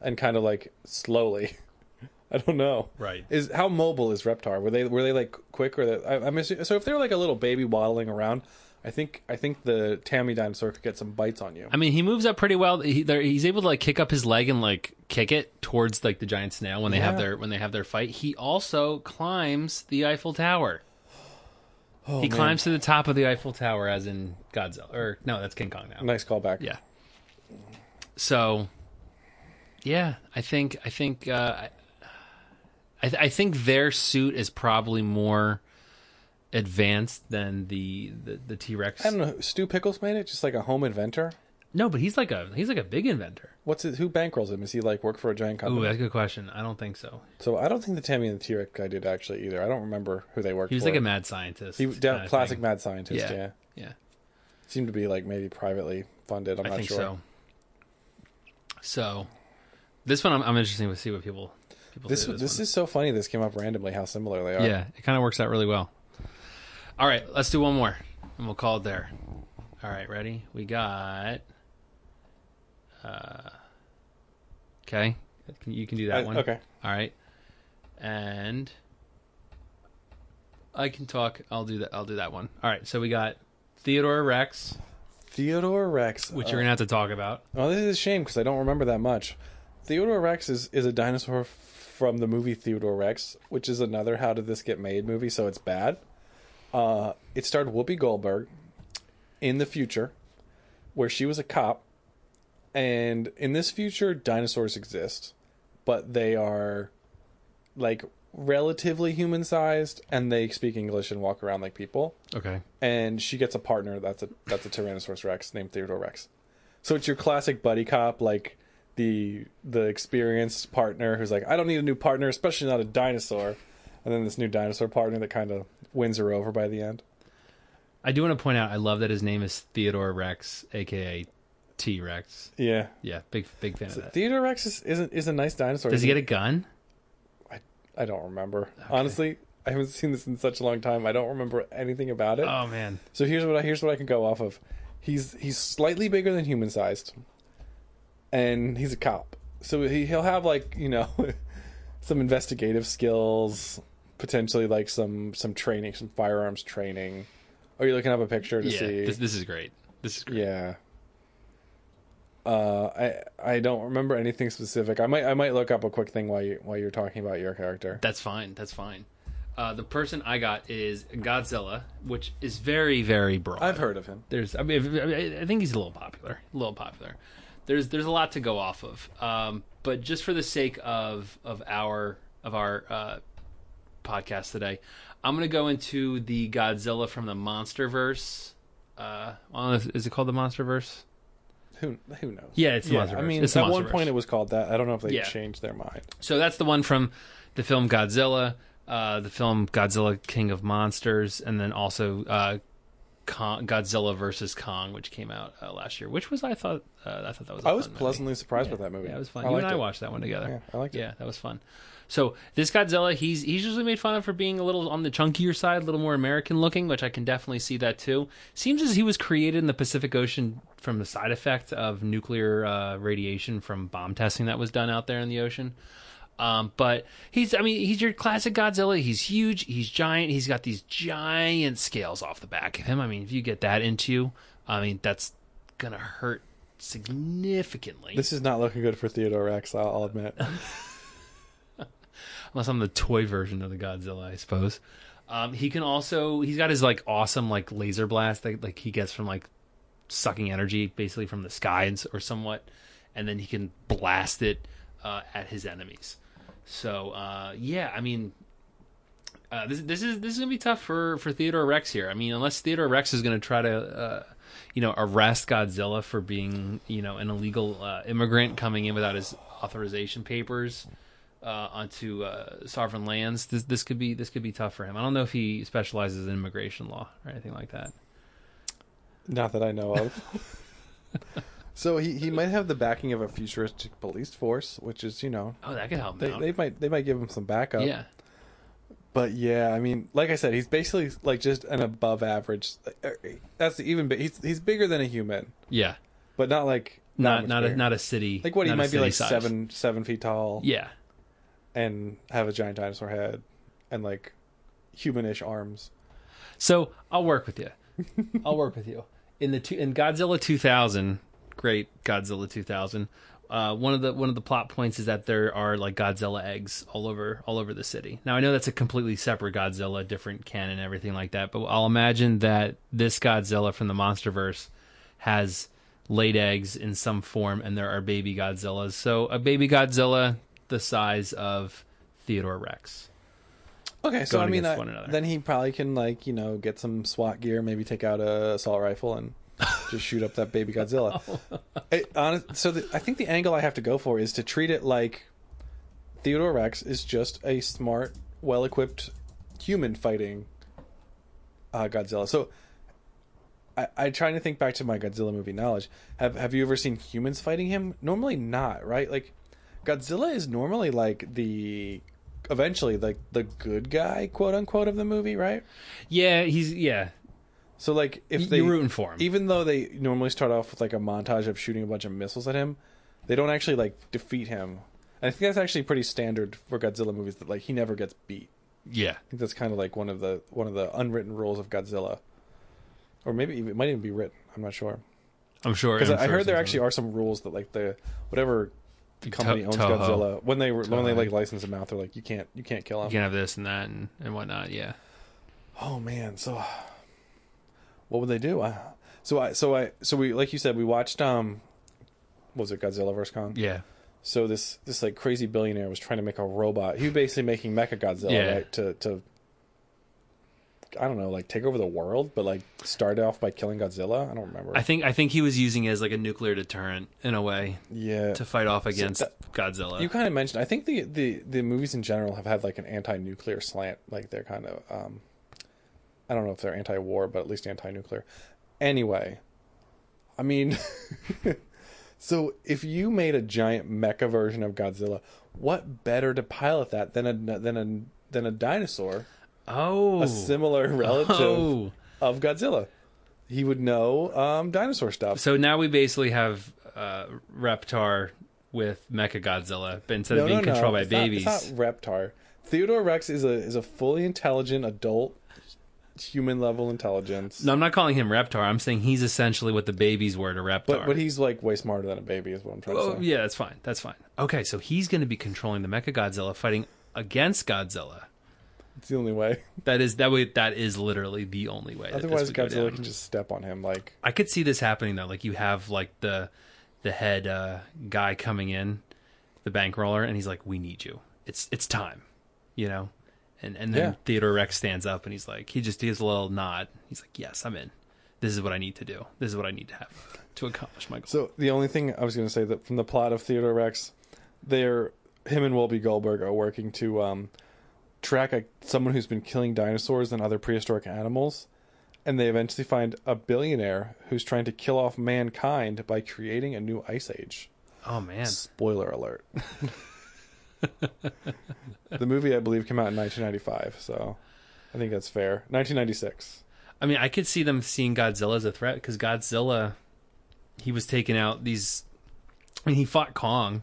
Speaker 4: and kind of like slowly. I don't know.
Speaker 3: Right.
Speaker 4: Is how mobile is Reptar? Were they were they like quick or they, I, I'm assu- so if they were like a little baby waddling around, I think I think the Tammy dinosaur could get some bites on you.
Speaker 3: I mean, he moves up pretty well. He, there, he's able to like kick up his leg and like kick it towards like the giant snail when they have
Speaker 4: Yeah.
Speaker 3: their when they have their fight. He also climbs the Eiffel Tower. he
Speaker 4: Oh, man.
Speaker 3: climbs to the top of the Eiffel Tower, as in Godzilla. Or no, that's King Kong now.
Speaker 4: Nice callback.
Speaker 3: Yeah. So, yeah, I think I think uh, I I think their suit is probably more advanced than the the, the T Rex.
Speaker 4: I don't know. Stu Pickles made it, just like a home inventor.
Speaker 3: No, but he's like a he's like a big inventor.
Speaker 4: What's his, who bankrolls him? Is he like work for a giant
Speaker 3: Ooh,
Speaker 4: company?
Speaker 3: that's a good question. I don't think so.
Speaker 4: so I don't think the Tammy and the T Rex guy did actually either. I don't remember who they worked.
Speaker 3: He was
Speaker 4: for.
Speaker 3: like a mad scientist.
Speaker 4: He
Speaker 3: kinda
Speaker 4: de- classic
Speaker 3: thing.
Speaker 4: mad scientist.
Speaker 3: Uh, Yeah.
Speaker 4: Yeah.
Speaker 3: Yeah,
Speaker 4: seemed to be like maybe privately funded. I'm
Speaker 3: I
Speaker 4: not
Speaker 3: think
Speaker 4: sure.
Speaker 3: so. So, this one I'm, I'm interested to see what people people
Speaker 4: This
Speaker 3: say to
Speaker 4: this, is so funny. This came up randomly. How similar they are.
Speaker 3: Yeah, it kind of works out really well. All right, let's do one more, and we'll call it there. All right, ready? We got. Uh, okay, you can do that
Speaker 4: I-
Speaker 3: one.
Speaker 4: Uh, okay.
Speaker 3: All right, and I can talk. I'll do that. I'll do that one. All right. So we got Theodore Rex,
Speaker 4: Theodore Rex.
Speaker 3: which
Speaker 4: Which
Speaker 3: you're gonna have to talk about.
Speaker 4: oh, this is a shame because I don't remember that much. Theodore Rex is is a dinosaur f- from the movie Theodore Rex, which is another How Did This Get Made movie. So it's bad. Uh, it starred Whoopi Goldberg in the future, where she was a cop, and in this future, dinosaurs exist, but they are like relatively human sized, and they speak English and walk around like people.
Speaker 3: Okay.
Speaker 4: and she gets a partner that's a that's a Tyrannosaurus Rex named Theodore Rex. So it's your classic buddy cop, like the the experienced partner who's like, I don't need a new partner, especially not a dinosaur. And then this new dinosaur partner that kind of wins her over by the end.
Speaker 3: I do want to point out. I love that his name is Theodore Rex, aka T Rex.
Speaker 4: Yeah,
Speaker 3: Yeah, big big fan of that.
Speaker 4: Theodore Rex is is, is a nice dinosaur.
Speaker 3: Does he get
Speaker 4: isn't
Speaker 3: a gun?
Speaker 4: it? I, I don't remember honestly. I haven't seen this in such a long time. I don't remember anything about it.
Speaker 3: Oh man.
Speaker 4: So here's what I here's what I can go off of. He's he's slightly bigger than human sized, and he's a cop. So he he'll have like you know, some investigative skills, potentially like some some training, some firearms training. Are you looking up a picture to
Speaker 3: yeah,
Speaker 4: see?
Speaker 3: This, this is great. This is great.
Speaker 4: yeah. Uh, I I don't remember anything specific. I might I might look up a quick thing while you while you're talking about your character.
Speaker 3: That's fine. That's fine. Uh, the person I got is Godzilla, which is very, very broad.
Speaker 4: I've heard of him.
Speaker 3: There's, I mean, I I think he's a little popular. A little popular. There's, there's a lot to go off of. Um, but just for the sake of of our of our uh, podcast today, I'm gonna go into the Godzilla from the MonsterVerse. Uh, well, is- is it called the MonsterVerse?
Speaker 4: Who who knows?
Speaker 3: Yeah, it's the
Speaker 4: yeah.
Speaker 3: MonsterVerse.
Speaker 4: I mean,
Speaker 3: It's the
Speaker 4: at one
Speaker 3: MonsterVerse.
Speaker 4: point it was called that. I don't know if they
Speaker 3: Yeah.
Speaker 4: changed their mind.
Speaker 3: So that's the one from the film Godzilla, uh, the film Godzilla King of Monsters, and then also uh, Kong, Godzilla versus Kong, which came out uh, last year. Which was I thought uh, I thought that was. a
Speaker 4: I was
Speaker 3: fun movie.
Speaker 4: pleasantly surprised with that movie.
Speaker 3: Yeah, it was fun.
Speaker 4: I
Speaker 3: you
Speaker 4: liked
Speaker 3: and I
Speaker 4: it.
Speaker 3: watched that one together.
Speaker 4: Yeah, I liked it.
Speaker 3: Yeah, that was fun. So this Godzilla, he's he's usually made fun of for being a little on the chunkier side, a little more American looking, which I can definitely see that too. Seems as he was created in the Pacific Ocean from the side effect of nuclear uh, radiation from bomb testing that was done out there in the ocean. Um, but he's, I mean, he's your classic Godzilla. He's huge. He's giant. He's got these giant scales off the back of him. I mean, if you get that into you, I mean, that's gonna hurt significantly.
Speaker 4: This is not looking good for Theodore Rex. I'll, I'll admit.
Speaker 3: unless I'm the toy version of the Godzilla, I suppose. Um, he can also he's got his like awesome like laser blast that like he gets from like sucking energy basically from the sky and, s- or somewhat, and then he can blast it uh, at his enemies. So uh, yeah, I mean, Uh, this this is this is gonna be tough for for Theodore Rex here. I mean, unless Theodore Rex is gonna try to, uh, you know, arrest Godzilla for being you know an illegal uh, immigrant coming in without his authorization papers uh, onto uh, sovereign lands, this this could be this could be tough for him. I don't know if he specializes in immigration law or anything like that.
Speaker 4: Not that I know of. so he, he might have the backing of a futuristic police force, which is you know
Speaker 3: Oh, that could help. him
Speaker 4: they, uh,
Speaker 3: out.
Speaker 4: they might they might give him some backup.
Speaker 3: yeah.
Speaker 4: But yeah, I mean, like I said, he's basically like just an above average. uh, That's even big. He's he's bigger than a human,
Speaker 3: Yeah.
Speaker 4: but not like
Speaker 3: Not
Speaker 4: much
Speaker 3: not a,
Speaker 4: bigger.
Speaker 3: not a city.
Speaker 4: like what he
Speaker 3: not a
Speaker 4: might be
Speaker 3: city
Speaker 4: like
Speaker 3: size.
Speaker 4: seven seven feet tall.
Speaker 3: Yeah.
Speaker 4: and have a giant dinosaur head and like humanish arms.
Speaker 3: So I'll work with you. I'll work with you in the two, in Godzilla 2000. Great Godzilla 2000. Uh, one of the one of the plot points is that there are like Godzilla eggs all over all over the city. Now I know that's a completely separate Godzilla, different canon, everything like that. But I'll imagine that this Godzilla from the MonsterVerse has laid eggs in some form, and there are baby Godzillas. So a baby Godzilla the size of Theodore Rex.
Speaker 4: Okay, so
Speaker 3: Going
Speaker 4: I mean,
Speaker 3: against
Speaker 4: I-
Speaker 3: one another.
Speaker 4: then he probably can like you know get some SWAT gear, maybe take out a assault rifle and just shoot up that baby Godzilla. It, honest, so the, I think the angle I have to go for is to treat it like Theodore Rex is just a smart, well-equipped human fighting uh, Godzilla. So I, I'm trying to think back to my Godzilla movie knowledge. Have Have you ever seen humans fighting him? Normally not, right? Like Godzilla is normally like the eventually like the good guy, quote unquote, of the movie, right?
Speaker 3: Yeah, he's yeah.
Speaker 4: So like
Speaker 3: Y-
Speaker 4: if they
Speaker 3: you're rooting for him.
Speaker 4: even though they normally start off with like a montage of shooting a bunch of missiles at him, they don't actually like defeat him. And I think that's actually pretty standard for Godzilla movies that like he never gets beat.
Speaker 3: Yeah.
Speaker 4: I think that's kind of like one of the one of the unwritten rules of Godzilla, or maybe even, it might even be written. I'm not sure
Speaker 3: I'm sure.
Speaker 4: because
Speaker 3: I'm
Speaker 4: I, I
Speaker 3: sure
Speaker 4: heard there
Speaker 3: something-
Speaker 4: actually are some rules that like the whatever company
Speaker 3: To-
Speaker 4: owns
Speaker 3: Toho.
Speaker 4: Godzilla when they were when they
Speaker 3: Toho.
Speaker 4: like license him out, they're like you can't you can't kill him.
Speaker 3: you can have this and that and, and whatnot. Yeah.
Speaker 4: Oh man, so what would they do? I, so I so I so we like you said we watched um what was it Godzilla vs Kong?
Speaker 3: Yeah.
Speaker 4: So this this like crazy billionaire was trying to make a robot. He was basically making Mecha Godzilla
Speaker 3: Yeah.
Speaker 4: right to to I don't know like take over the world, but like start off by killing Godzilla. I don't remember.
Speaker 3: I think I think he was using it as like a nuclear deterrent in a way
Speaker 4: yeah.
Speaker 3: to fight off against
Speaker 4: that-
Speaker 3: Godzilla.
Speaker 4: you kind of mentioned. I think the, the, the movies in general have had like an anti-nuclear slant. Like they're kind of, um, I don't know if they're anti-war, but at least anti-nuclear. Anyway, I mean, so if you made a giant mecha version of Godzilla, what better to pilot that than a than a than a dinosaur,
Speaker 3: oh.
Speaker 4: a similar relative
Speaker 3: Oh.
Speaker 4: of Godzilla? He would know um, dinosaur stuff.
Speaker 3: So now we basically have uh, Reptar with Mecha Godzilla, but instead of being controlled by
Speaker 4: It's not-
Speaker 3: babies.
Speaker 4: it's not Reptar. Theodore Rex is a is a fully intelligent adult, human level intelligence.
Speaker 3: no, I'm not calling him Reptar. I'm saying he's essentially what the babies were to Reptar.
Speaker 4: but but he's like way smarter than a baby is what I'm trying
Speaker 3: Oh,
Speaker 4: to say.
Speaker 3: yeah, that's fine. That's fine. Okay, so he's going to be controlling the Mecha Godzilla, fighting against Godzilla.
Speaker 4: It's the only way.
Speaker 3: That is that way. That is literally the only way. that this
Speaker 4: Otherwise,
Speaker 3: would go
Speaker 4: Godzilla
Speaker 3: down.
Speaker 4: can just step on him. Like
Speaker 3: I could see this happening though. Like you have like the the head uh, guy coming in, the bankroller, and he's like, "We need you. It's it's time," you know. And and then
Speaker 4: Yeah.
Speaker 3: Theodore Rex stands up and he's like, he just gives a little nod. He's like, "Yes, I'm in. This is what I need to do. This is what I need to have to accomplish my goal."
Speaker 4: so, the only thing I was going to say that from the plot of Theodore Rex, they're him and Wilby Goldberg are working to um, track a, someone who's been killing dinosaurs and other prehistoric animals. And they eventually find a billionaire who's trying to kill off mankind by creating a new ice age.
Speaker 3: oh man,
Speaker 4: Spoiler alert. the movie, I believe, came out in 1995, so I think that's fair. 1996.
Speaker 3: I mean, I could see them seeing Godzilla as a threat because Godzilla, he was taking out these. I mean, he fought Kong,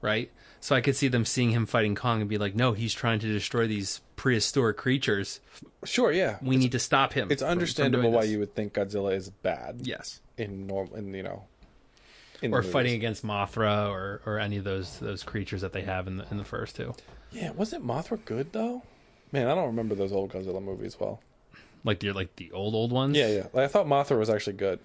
Speaker 3: right? So I could see them seeing him fighting Kong and be like, no, he's trying to destroy these prehistoric creatures.
Speaker 4: Sure, yeah.
Speaker 3: We need to stop him.
Speaker 4: It's
Speaker 3: from- from
Speaker 4: understandable
Speaker 3: doing
Speaker 4: why
Speaker 3: this."
Speaker 4: you would think Godzilla is bad.
Speaker 3: Yes.
Speaker 4: In normal, in you know, in the
Speaker 3: Or
Speaker 4: movies.
Speaker 3: fighting against Mothra or, or any of those those creatures that they have in the in the first two,
Speaker 4: Yeah, wasn't Mothra good though? Man, I don't remember those old Godzilla movies well.
Speaker 3: like the like the old old ones.
Speaker 4: Yeah, yeah. Like, I thought Mothra was actually good.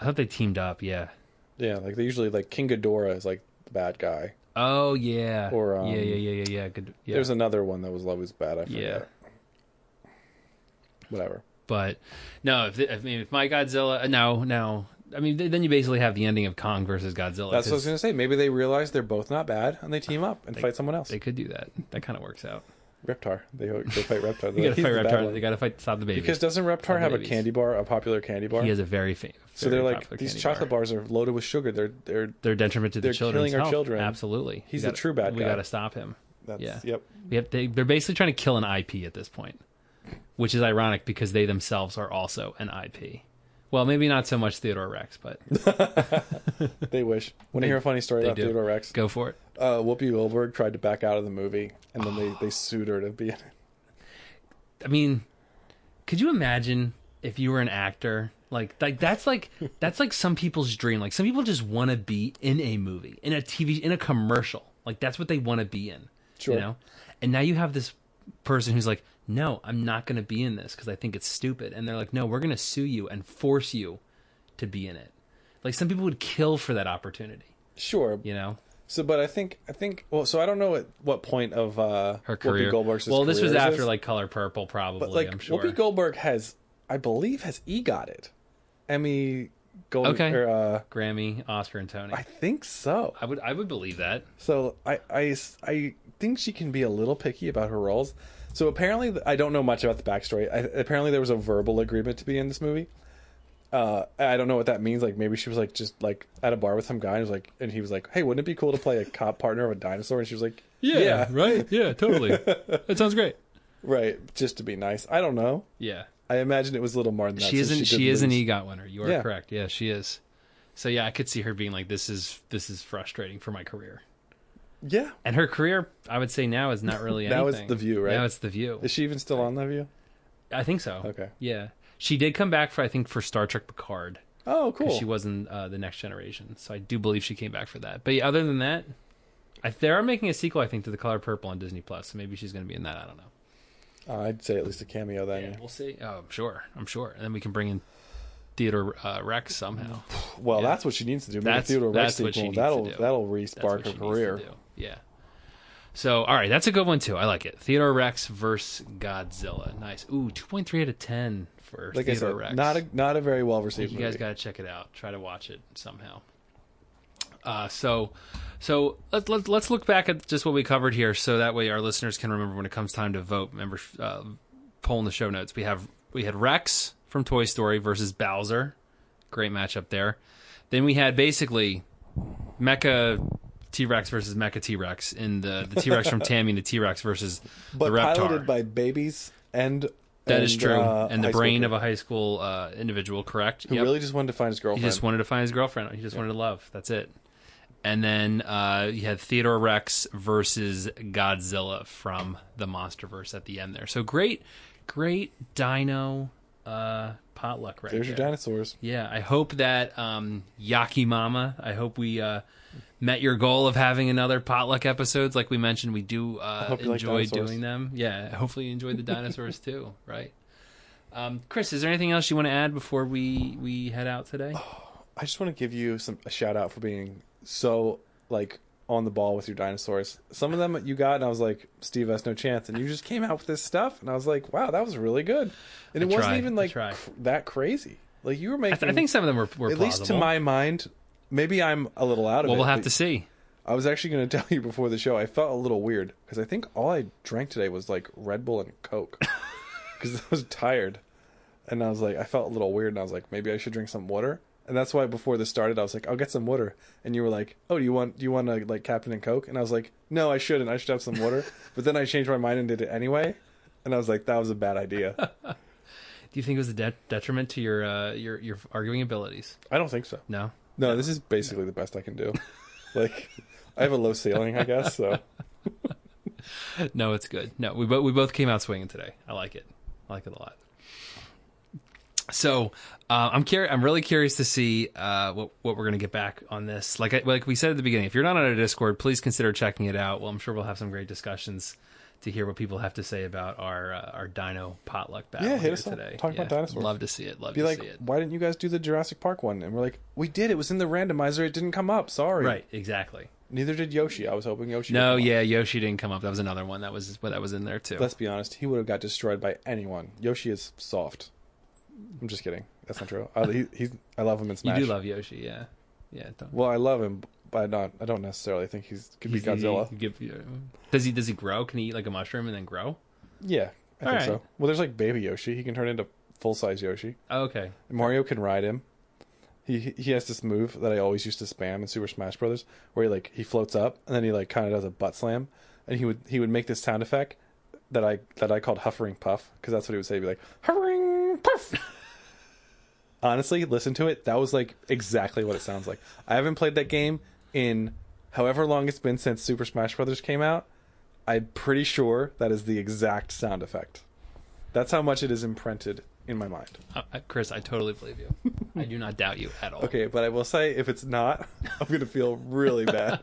Speaker 3: I thought they teamed up. Yeah.
Speaker 4: Yeah, like they usually like King Ghidorah is like the bad guy.
Speaker 3: Oh yeah.
Speaker 4: Or, um,
Speaker 3: yeah yeah yeah yeah yeah. Good. Yeah.
Speaker 4: There's another one that was always bad. I forget.
Speaker 3: yeah.
Speaker 4: whatever.
Speaker 3: But no, if I mean if my Godzilla, uh, no, no. I mean th- then you basically have the ending of Kong versus Godzilla.
Speaker 4: That's what I was
Speaker 3: 'cause
Speaker 4: gonna say. Maybe they realize they're both not bad and they team up and fight someone else.
Speaker 3: They could do that. That kind of works out.
Speaker 4: Reptar. They, they fight Reptar.
Speaker 3: You got to
Speaker 4: He's
Speaker 3: fight
Speaker 4: the bad
Speaker 3: Reptar.
Speaker 4: one.
Speaker 3: They got to fight stop the baby.
Speaker 4: Because doesn't Reptar have a
Speaker 3: babies.
Speaker 4: candy bar, a popular candy bar?
Speaker 3: he has a very famous.
Speaker 4: so they're like these chocolate bars are loaded with sugar. They're they're
Speaker 3: They're detriment to the
Speaker 4: They're
Speaker 3: children.
Speaker 4: killing our children.
Speaker 3: Absolutely.
Speaker 4: He's
Speaker 3: We
Speaker 4: the
Speaker 3: gotta-
Speaker 4: true bad
Speaker 3: We
Speaker 4: guy.
Speaker 3: got to stop him.
Speaker 4: that's
Speaker 3: Yeah.
Speaker 4: yep.
Speaker 3: We have, they, they're basically trying to kill an IP at this point, which is ironic because they themselves are also an IP. Well, maybe not so much Theodore Rex, but
Speaker 4: They wish. Want to hear a funny story
Speaker 3: they
Speaker 4: about
Speaker 3: do.
Speaker 4: Theodore Rex?
Speaker 3: Go for it.
Speaker 4: Uh, Whoopi Goldberg tried to back out of the movie, and then they, they sued her to be in it.
Speaker 3: I mean, could you imagine if you were an actor? Like, like that's like that's like some people's dream. Like some people just want to be in a movie, in a TV, in a commercial. Like that's what they want to be in.
Speaker 4: Sure.
Speaker 3: You know. And now you have this person who's like, "No, I'm not going to be in this because I think it's stupid." And they're like, "No, we're going to sue you and force you to be in it." Like some people would kill for that opportunity.
Speaker 4: Sure.
Speaker 3: You know.
Speaker 4: So, but I think I think well. So I don't know at what point of uh,
Speaker 3: Her career.
Speaker 4: Whoopi Goldberg's
Speaker 3: well, this was
Speaker 4: career is
Speaker 3: after
Speaker 4: this.
Speaker 3: like Color Purple, probably.
Speaker 4: but like
Speaker 3: I'm sure.
Speaker 4: Whoopi Goldberg has, I believe, has EGOT it, Emmy Gold.
Speaker 3: Okay.
Speaker 4: Or, uh,
Speaker 3: Grammy, Oscar, and Tony.
Speaker 4: I think so.
Speaker 3: I would I would believe that.
Speaker 4: So I, I, I think she can be a little picky about her roles. So apparently, I don't know much about the backstory. I, apparently, there was a verbal agreement to be in this movie. Uh, I don't know what that means. Like maybe she was like just like at a bar with some guy and was like, and he was like, "Hey, wouldn't it be cool to play a cop partner of a dinosaur?" And she was like,
Speaker 3: Yeah, right. Yeah, totally. that sounds great.
Speaker 4: right, just to be nice." I don't know.
Speaker 3: Yeah,
Speaker 4: I imagine it was a little more than that.
Speaker 3: she
Speaker 4: so
Speaker 3: isn't. E- She,
Speaker 4: did
Speaker 3: is an
Speaker 4: lose.
Speaker 3: EGOT winner. You are
Speaker 4: Yeah.
Speaker 3: correct. Yeah, she is. So yeah, I could see her being like, "This is this is frustrating for my career."
Speaker 4: Yeah.
Speaker 3: And her career, I would say now is not really
Speaker 4: Now it's
Speaker 3: anything.
Speaker 4: The View, right?
Speaker 3: Now it's the view.
Speaker 4: Is she even still on that view?
Speaker 3: I think so.
Speaker 4: Okay.
Speaker 3: Yeah, she did come back for I think for Star Trek Picard.
Speaker 4: Oh, cool.
Speaker 3: She was in uh, the Next Generation, so I do believe she came back for that. But yeah, other than that, I, they are making a sequel, I think, to The Color Purple on Disney Plus. So maybe she's going to be in that. I don't know.
Speaker 4: Uh, I'd say at least a cameo then.
Speaker 3: Yeah, we'll see. Oh, I'm sure. I'm sure. And then we can bring in Theodore uh, Rex somehow.
Speaker 4: Mm-hmm. Well, that's what she needs to do. Make
Speaker 3: That's-
Speaker 4: a Theodore Rex
Speaker 3: that's what she
Speaker 4: sequel.
Speaker 3: needs to
Speaker 4: That'll
Speaker 3: do.
Speaker 4: that'll
Speaker 3: That's what
Speaker 4: re-spark her
Speaker 3: she needs to
Speaker 4: career.
Speaker 3: do. Yeah. So, all right, that's a good one too. I like it. Theodore Rex versus Godzilla. Nice. Ooh, 2.3 out of 10 for
Speaker 4: Like
Speaker 3: Theodore
Speaker 4: I said,
Speaker 3: Rex.
Speaker 4: not a not a very well received.
Speaker 3: you guys got to check it out. Try to watch it somehow. Uh, so, so let's let, let's look back at just what we covered here, so that way our listeners can remember when it comes time to vote. Remember, uh, poll in the show notes. We have we had Rex from Toy Story versus Bowser, great matchup there. Then we had basically Mecha T Rex versus Mecha T Rex in the the T Rex from Tammy and the T Rex versus
Speaker 4: but
Speaker 3: the Reptar.
Speaker 4: piloted by babies and
Speaker 3: that is true,
Speaker 4: uh,
Speaker 3: and
Speaker 4: high
Speaker 3: the
Speaker 4: school
Speaker 3: brain
Speaker 4: kid
Speaker 3: of a high school uh, individual. Correct.
Speaker 4: who
Speaker 3: Yep.
Speaker 4: really just wanted to find his
Speaker 3: He
Speaker 4: girlfriend.
Speaker 3: just wanted to find his girlfriend. He just wanted to love. That's it. And then uh, you had Theodore Rex versus Godzilla from the MonsterVerse at the end there. So great, great dino uh, potluck right
Speaker 4: There's your
Speaker 3: there.
Speaker 4: dinosaurs.
Speaker 3: Yeah, I hope that um, Yaki Mama. I hope we uh, met your goal of having another potluck episodes. Like we mentioned, we do uh,
Speaker 4: hope you like
Speaker 3: enjoy
Speaker 4: dinosaurs.
Speaker 3: doing them. Yeah, hopefully you enjoyed the dinosaurs too, right? Um, Chris, is there anything else you want to add before we we head out today?
Speaker 4: I just want to give you some a shout out for being so like on the ball with your dinosaurs. Some of them you got, and I was like, Steve has no chance, and you just came out with this stuff, and I was like, wow, that was really good, and it wasn't
Speaker 3: tried,
Speaker 4: even
Speaker 3: I
Speaker 4: like
Speaker 3: tried.
Speaker 4: cr- that crazy. Like you were
Speaker 3: I,
Speaker 4: making,
Speaker 3: th- I think some of them were, were
Speaker 4: at least to
Speaker 3: plausible.
Speaker 4: my mind, maybe I'm a little out of
Speaker 3: Well,
Speaker 4: it.
Speaker 3: we'll have
Speaker 4: but
Speaker 3: to see.
Speaker 4: I was actually going to tell you before the show. I felt a little weird because I think all I drank today was like Red Bull and Coke because I was tired, and I was like, I felt a little weird, and I was like, maybe I should drink some water. And that's why before this started, I was like, I'll get some water, and you were like, Oh, do you want do you want a, like Captain and Coke? And I was like, No, I shouldn't. I should have some water. but then I changed my mind and did it anyway, and I was like, That was a bad idea.
Speaker 3: Do you think it was a de- detriment to your uh, your your arguing abilities?
Speaker 4: I don't think so.
Speaker 3: No.
Speaker 4: No, this is basically the best I can do. like, I have a low ceiling, I guess. So
Speaker 3: No, it's good. No, we both we both came out swinging today. I like it. I like it a lot. So uh, I'm curious. I'm really curious to see uh, what what we're gonna get back on this. Like I, like we said at the beginning, if you're not on our Discord, please consider checking it out. Well, I'm sure we'll have some great discussions to hear what people have to say about our uh, our Dino potluck battle
Speaker 4: Yeah, hit
Speaker 3: here
Speaker 4: us up.
Speaker 3: today.
Speaker 4: Talk about dinosaurs.
Speaker 3: Love to see it. Love
Speaker 4: be
Speaker 3: to
Speaker 4: like,
Speaker 3: see it.
Speaker 4: why didn't you guys do the Jurassic Park one? And we're like, we did. It was in the randomizer. It didn't come up. Sorry.
Speaker 3: Right, exactly.
Speaker 4: Neither did Yoshi. I was hoping Yoshi. would
Speaker 3: No,
Speaker 4: come up.
Speaker 3: yeah, Yoshi didn't come up. That was another one. That was that was in there too.
Speaker 4: Let's be honest. He would have got destroyed by anyone. Yoshi is soft. I'm just kidding. That's not true. I, he, he's, I love him in
Speaker 3: you
Speaker 4: Smash.
Speaker 3: do love Yoshi, yeah, yeah. Don't,
Speaker 4: Well, I love him, but I don't. I don't necessarily think he's could be
Speaker 3: He's easy.
Speaker 4: Godzilla.
Speaker 3: You give- yeah. does he does he grow? Can he eat like a mushroom and then grow?
Speaker 4: Yeah, I
Speaker 3: All
Speaker 4: think
Speaker 3: right.
Speaker 4: so. Well, there's like baby Yoshi. He can turn into full size Yoshi.
Speaker 3: Oh, okay,
Speaker 4: Mario can ride him. He he has this move that I always used to spam in Super Smash Brothers, where he like he floats up and then he like kind of does a butt slam, and he would he would make this sound effect that I that I called huffering puff because that's what he would say. He'd be like huffering puff. Honestly, listen to it. That was like exactly what it sounds like. I haven't played that game in however long it's been since Super Smash Brothers came out. I'm pretty sure that is the exact sound effect. That's how much it is imprinted in my mind.
Speaker 3: Uh, uh, Chris, I totally believe you. I do not doubt you at all.
Speaker 4: Okay, but I will say if it's not, I'm gonna feel really bad.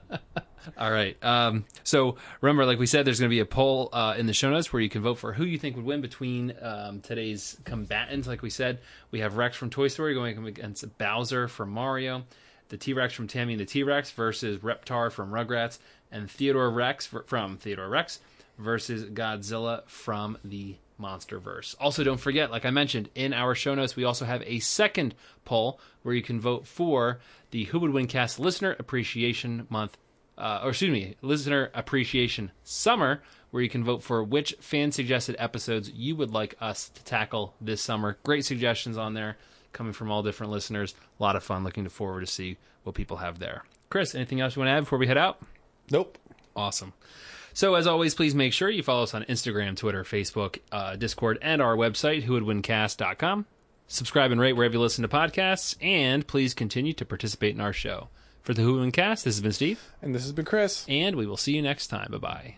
Speaker 3: All right. Um, so remember, like we said, there's going to be a poll uh, in the show notes where you can vote for who you think would win between um, today's combatants. Like we said, we have Rex from Toy Story going up against Bowser from Mario, the T Rex from Tammy and the T Rex versus Reptar from Rugrats, and Theodore Rex ver- from Theodore Rex versus Godzilla from the Monsterverse. Also, don't forget, like I mentioned in our show notes, we also have a second poll where you can vote for the Who Would Win Cast Listener Appreciation Month, uh, or excuse me, Listener Appreciation Summer, where you can vote for which fan suggested episodes you would like us to tackle this summer. Great suggestions on there coming from all different listeners. A lot of fun. Looking forward to see what people have there. Chris, anything else you want to add before we head out?
Speaker 4: nope.
Speaker 3: Awesome. So, as always, please make sure you follow us on Instagram, Twitter, Facebook, uh, Discord, and our website, whowouldwincast.com. Subscribe and rate wherever you listen to podcasts, and please continue to participate in our show. For the Who Would Win Cast, this has been Steve,
Speaker 4: And this has been Chris.
Speaker 3: and we will see you next time. Bye bye.